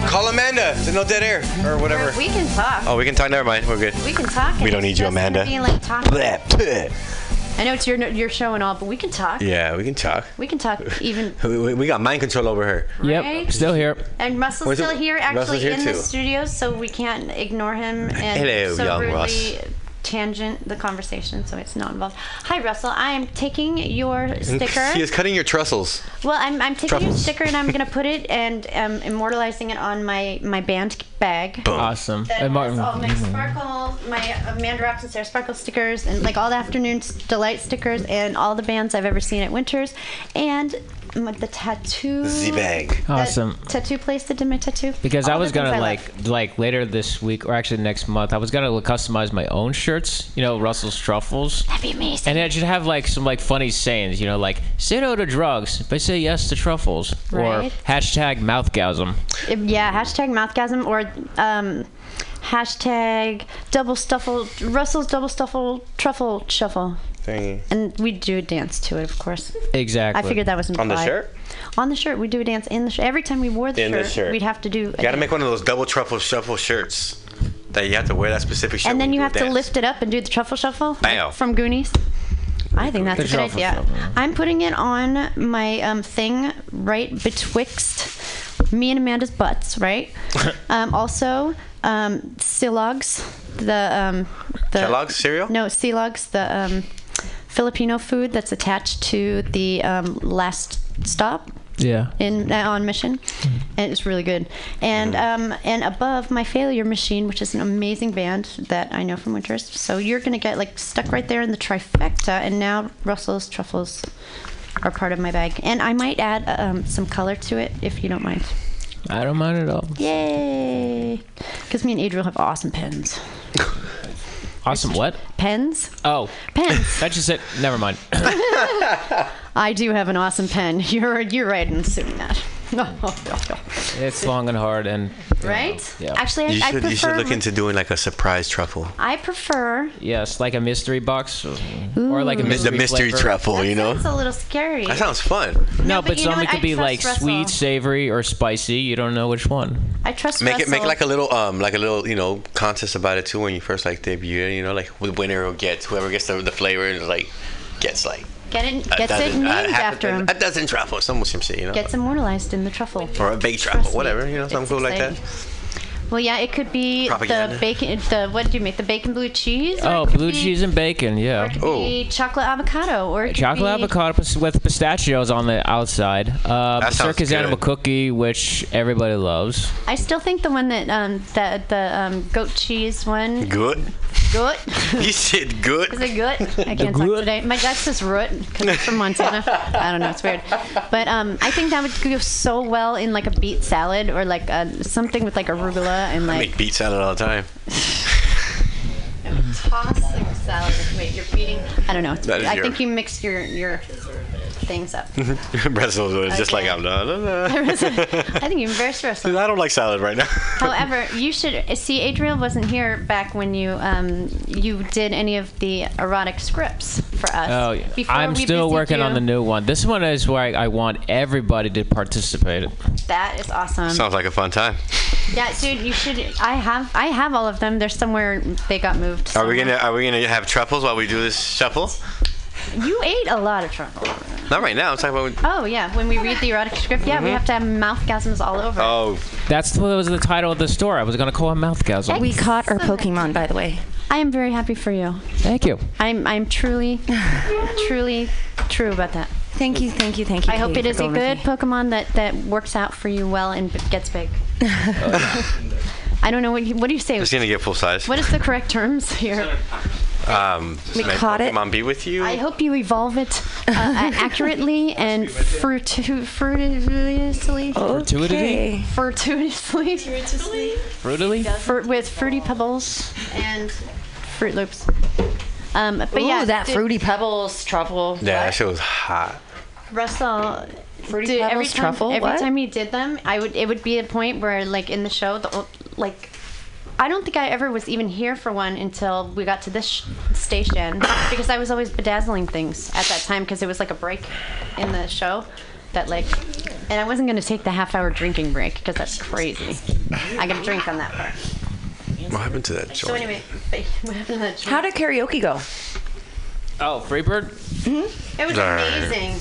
Call Amanda. There's no dead air or whatever.
We can talk.
Oh, we can talk. Never mind. We're good.
We can talk.
We
and
don't
it's
need you,
just gonna
Amanda.
be <laughs> like talking.
Bleh, bleh.
I know it's your your show and all, but we can talk.
Yeah, we can talk.
We can talk even.
We, we- we got mind control over her.
Yep, Right? still
here.
And Russell's
Where's it-
still here,
Russell's
actually
here
in the
too.
studio, so we can't ignore
<laughs>
him and
Hello,
so
young
rudely
Russ.
tangent the conversation, so it's not involved. Hi, Russell. I am taking
<laughs>
your sticker.
She is cutting your trestles.
Well, I'm, I'm taking your
Truffles.
sticker and I'm gonna put it and um, immortalizing it on my my band bag.
Awesome.
That
And Martin.
has all my sparkle, my uh, Amanda Rocks and Sarah Sparkle stickers, and like all the afternoon's delight stickers, and all the bands I've ever seen at Winters, and m- the tattoo.
The bag.
the
Awesome.
Tattoo place that did my tattoo.
Because
All
I
the
was
things
gonna
I love.
like like later this week or actually next month, I was gonna customize my own shirts. You know, Russell's truffles. That'd
be amazing.
And I should have like some like funny sayings. You know, like say no to drugs, but say yes to truffles. Or
Right.
hashtag mouthgasm.
Um, Yeah, hashtag mouthgasm or um, hashtag double stuffle Russell's double stuffle truffle shuffle.
thingy.
And we do a dance to it, of course.
Exactly.
I figured that was
On the
implied.
shirt?
On the shirt, we do a dance in the shirt. Every time we wore the,
In the
shirt,
shirt.
we'd have to do. a
You gotta
dance.
make one of those double truffle shuffle shirts that you have to wear that specific shirt.
and then
when
you
do a
have to
dance.
lift it up and do the truffle shuffle like
Bam.
from Goonies. I think that's a
The
good
truffle
idea. I'm putting it on my um, thing right betwixt me and Amanda's butts, right?
<laughs>
um, also, um, Silogs, the um, the
Kellogg's cereal?
No, Silogs, the um, Filipino food that's attached to the um, last stop
Yeah. Mm-hmm.
in uh, on mission, and it's really good. And um, and above my failure machine, which is an amazing band that I know from Winters. So you're gonna get like stuck right there in the trifecta. And now Russell's truffles are part of my bag, and I might add uh, um, some color to it if you don't mind.
I don't mind at all.
Yay! Because me and Adriel have awesome pens.
Awesome. What?
Pens.
Oh.
Pens.
that just it. Never mind.
I do have an awesome pen. <laughs> You're you're right in assuming that.
<laughs> it's long and hard and.
right?
Yeah.
Actually, I,
You
I
should,
prefer.
you should look into doing like a surprise truffle.
I prefer.
Yes, like a mystery box, or, or like a
Ooh. The
mystery
mystery
flavor.
truffle, you know?
It's a little scary.
That sounds
fun.
No,
but
but
you know
some
what?
it
I
could be
trust
like
Russell.
sweet, savory, or spicy. You don't know which one.
I trust
Make it make
Russell.
like a little um like a little you know contest about it too when you first like debut it, you know like the winner will get whoever gets the, the flavor and like gets like
Get it,
a
gets it
dozen-
named
a half a
after
dozen-
him.
a dozen truffles some some shit you know
Gets immortalized in the truffle.
or a big
Trust
truffle
me,
whatever you know something
it's
cool like that.
Well, yeah, it could be
Propaganda.
the bacon. The what did you make? The bacon blue cheese. or
Oh,
it could
blue
be-
cheese and bacon.
Or it
Yeah.
could
Oh.
be chocolate avocado. Or it could
Chocolate
be,
avocado pis- with pistachios on the outside. Uh,
sounds
circus
good.
animal cookie, which everybody loves.
I still think the one that um that the um goat cheese one.
<laughs> Good.
Goat.
<laughs> You said good.
Is it
<laughs>
good? I can't talk today. My dad says root because he's from Montana. I don't know. It's weird. But um, I think that would go so well in like a beet salad or like a, something with like arugula and
I
like
make beet salad all the time.
toss the salad. Wait, you're beating. I don't know. It's,
That is
I
your-
think you mix your your things up.
<laughs> Brussels is just like I'm la, la,
<laughs>
la.
I think you embarrassed yourself.
I don't like salad right now.
However, you should see. Adriel wasn't here back when you um you did any of the erotic scripts for us.
Oh, yeah.
Before
I'm
we
still
busied
working on
you.
the new one. This one is where I, I want everybody to participate.
That is awesome.
Um, Sounds like a fun time.
Yeah, dude, you should. I have I have all of them. They're somewhere they got moved.
Are we gonna Are we gonna have truffles while we do this shuffle?
You ate a lot of truffle.
Not right now. I'm talking about.
Oh yeah, when we read the erotic script, yeah, we
Mm-hmm.
Mhm.
have to have mouthgasms all over.
Oh.
That's what was the title of the store. I was going to call it Mouthgasm.
We caught our Pokemon, by the way.
I am very happy for you.
Thank you.
I'm
<laughs>
I'm truly, truly true about that.
Thank you, thank you, thank you.
I hope
Katie,
it
for
is a
going with
good
me.
Pokemon that that works out for you well and b-
<laughs>
gets big. <laughs> I don't know what you, what do you say.
It's gonna get full size.
What is the correct terms here?
Um,
We
may
caught it.
Pokemon be with you.
I hope you evolve it <laughs> uh, uh, accurately and fruitu- fruitiously.
Fruitity?
Fortuitously. Fortuitously.
Brutally?
Fruit with fruity pebbles and Fruit Loops. Um, but
Ooh,
yeah,
that
did-
fruity pebbles truffle.
Yeah, that shit was hot.
Russell.
Fruity
dude, every
Pebbles
time,
truffle,
Every
what?
time he did them, I would. It would be a point where, like in the show, the o- like. I don't think I ever was even here for one until we got to this sh- station because I was always bedazzling things at that time because it was like a break in the show that like and I wasn't going to take the half hour drinking break because that's crazy. I got to drink on that part.
What happened to that
So
joint?
anyway, <laughs> but what happened to that joint?
How did karaoke go?
Oh, Freebird?
Mm-hmm. It was
Darn.
amazing.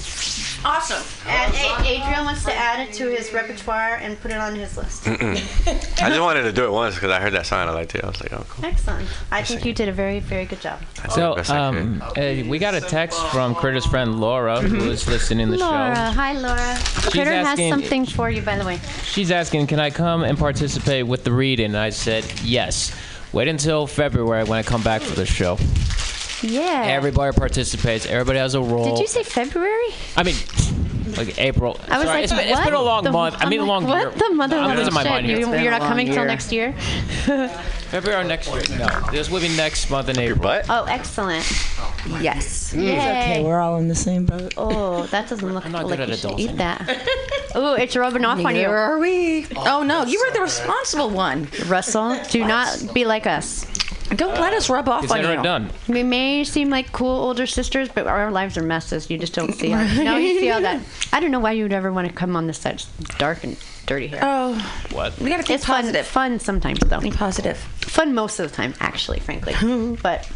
Awesome. And A- Adrian wants to add it to his repertoire and put it on his list. <laughs>
Mm-mm. I just wanted to do it once because I heard that song. and I liked it. I was like, oh, cool.
Excellent. I think you did a very, very good job.
So, um, uh, we got a text from Curtis' friend Laura, who is listening to the
Mm-hmm. Laura,
show.
hi Laura. Critter has
asking-
something for you, by the way.
She's asking, can I come and participate with the reading? I said, yes. Wait until February when I come back for the show.
Yeah.
Everybody participates. Everybody has a role.
Did you say February?
I mean, like April.
I
Sorry,
was like,
it's been,
what?
it's been a long
The-
month. I
I'm
mean, a
like,
long
what
year.
the mother
I'm
of
losing my
shit?
mind here.
You, are not coming till next year.
February next year. No, this will be next month in April. What?
oh, excellent.
Yes.
Mm.
Yay.
It's okay,
We're all in the same boat. Oh, that doesn't look
not
like
good at
you should
adulting.
eat that. Ooh, it's rubbing off on you. Oh,
Neither are
we?
Oh no, you were the responsible one.
Russell, do not be like us.
Don't let us rub off
Is
on
that
you.
done?
We may seem like cool older sisters, but our lives are messes. You just don't see it. No, you see all <laughs> that. I don't know why you would ever want to come on this set. It's dark and dirty here.
Oh.
What?
We gotta think
it's positive. Fun, fun sometimes, though. Think
positive.
Fun most of the time, actually, frankly. <laughs> but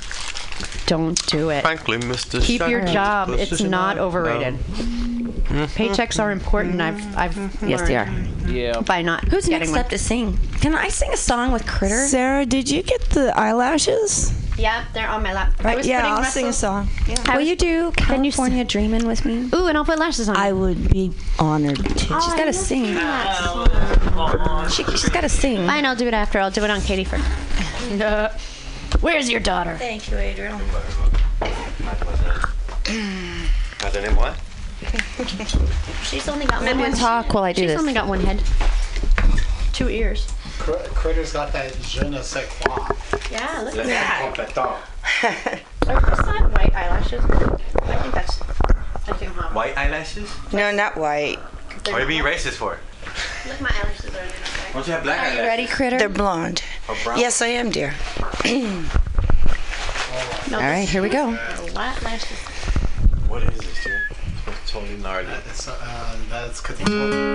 don't do it.
Frankly, Mr.
Keep your
Shiny Mm-hmm.
job.
Pussy
It's not
Shine Down.
overrated. <laughs> Paychecks are important. I've, I've, yes, they are.
Yeah.
By not
Who's
getting
next
one.
up to sing? Can I sing a song with Critter?
Sarah, did you get the eyelashes?
Yeah, they're on my lap. I
Right,
was
yeah,
putting
I'll
Russell-
sing a song.
Yeah.
Will you do California Dreamin' with me?
Ooh, and I'll put lashes on. I
would be
<laughs>
honored to.
She's gotta sing. She, she's gotta sing.
Fine, I'll do it after. I'll do it on Katie first. No. Where's your daughter?
Thank you, Adriel.
Other than what?
She's only got
Someone
one head.
talk while I do
She's
this.
only got one head. Two ears.
Cr- Critter's got that je ne sais quoi.
Yeah, look at that.
that.
Are those not white eyelashes? I think that's. I think I'm wrong.
White eyelashes?
No, not white.
What are you being racist for?
Look, my eyelashes are.
Don't you have black eyelashes?
Critter? They're blonde.
Or Oh, brown?
Yes, I am, dear.
No,
All right, here we go.
White lashes.
What is this, dude? It's totally gnarly.
That's, uh, that's Cthulhu.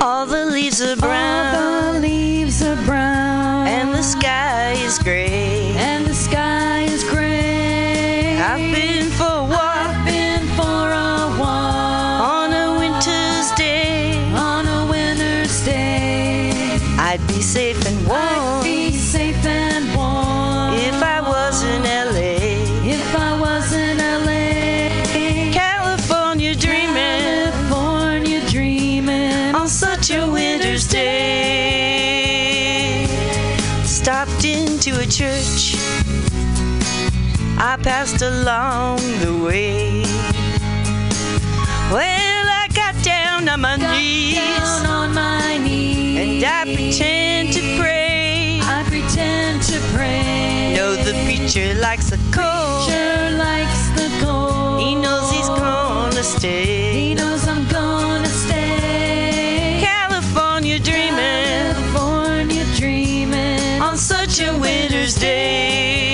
All the leaves are brown. the leaves are brown. And the sky is gray. And the sky is gray. I've been for a walk. been for a walk. On a winter's day. On a winter's day. I'd be safe and warm. I'd be safe and warm. If I was in LA. If I was in LA. California dreaming. California dreaming. On such a winter's day. Stopped into a church. I passed along the way. Well, I got down on my knees. And I pretend to pray. I pretend to pray. Know the preacher likes a cold. Preacher likes the cold. He knows he's gonna stay. He knows I'm gonna stay. California dreaming. California dreaming. On such a winter's day.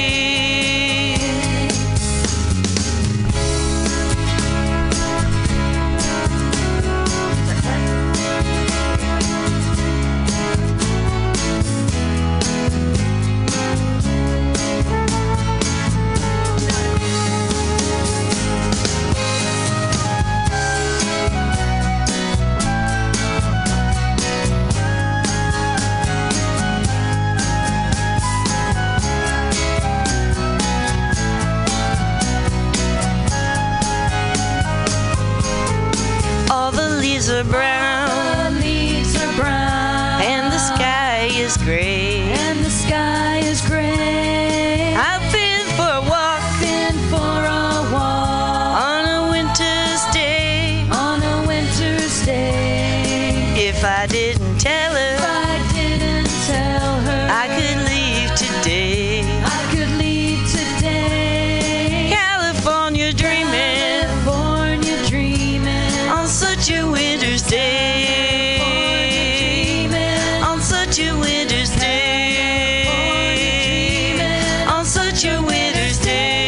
All the leaves are brown. leaves are brown. And the sky is gray. And the sky is gray. I've been for a walk. Been for a walk. On a winter's day. On a winter's day. If I didn't tell her. If I didn't tell her. I could leave today. I could leave today. California dreaming. California dreaming. On such a winter's day. On such a winter's day. On such a winter's day.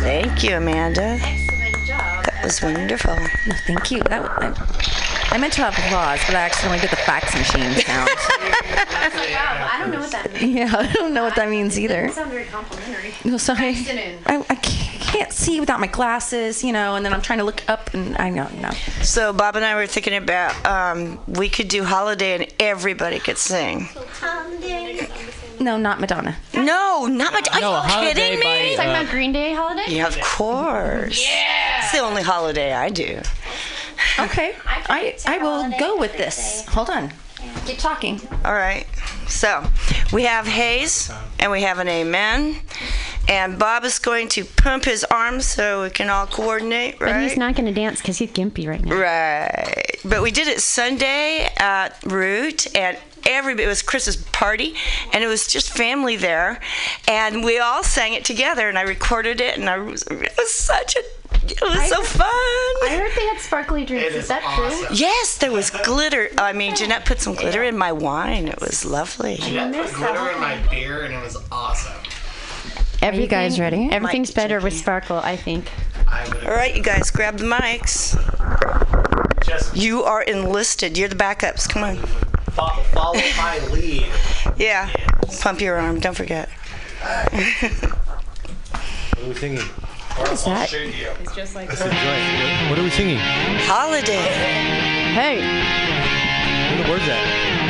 Thank you, Amanda.
Excellent job.
That was wonderful.
No, thank you. That, I, I meant to have applause, but I accidentally did the fax machine sound.
I was like, wow, I don't know what that means.
yeah, I don't know what that means either.
Doesn't sound very complimentary.
No, sorry.
Accident.
I, I ca- can't see without my glasses, you know, and then I'm trying to look up and I know, no.
So Bob and I were thinking about um, we could do holiday and everybody could sing.
No, not Madonna.
No, not much. Are
No,
you
holiday
kidding
by,
me?
uh, Talking about
Green Day holiday?
Yeah, of course. Yeah. It's the only holiday I do.
Okay. I, I will go with this. Hold on. Keep talking.
All right. So we have Hayes and we have an amen. And Bob is going to pump his arms so we can all coordinate, right?
But he's not going to dance because he's gimpy right now.
Right. But we did it Sunday at Root, and
everybody. It was Chris's party, and it was just family there, and we all sang it together. And I recorded it, and I was, it was such a it was so fun. I
heard they had sparkly drinks. Is, that true?
Yes, there was glitter. I mean, Jeanette put some glitter in my wine. It was lovely.
Jeanette put glitter in my beer, and it was awesome.
Every
you guys ready?
Everything's better with sparkle, I think.
All right, you guys, grab the mics. You are enlisted. You're the backups. Come on.
Fo- Follow my lead.
Yeah. Pump your arm. Don't forget. <laughs>
What are we singing?
What is that?
It's just like What are we singing?
Holiday. Hey.
Where the words at?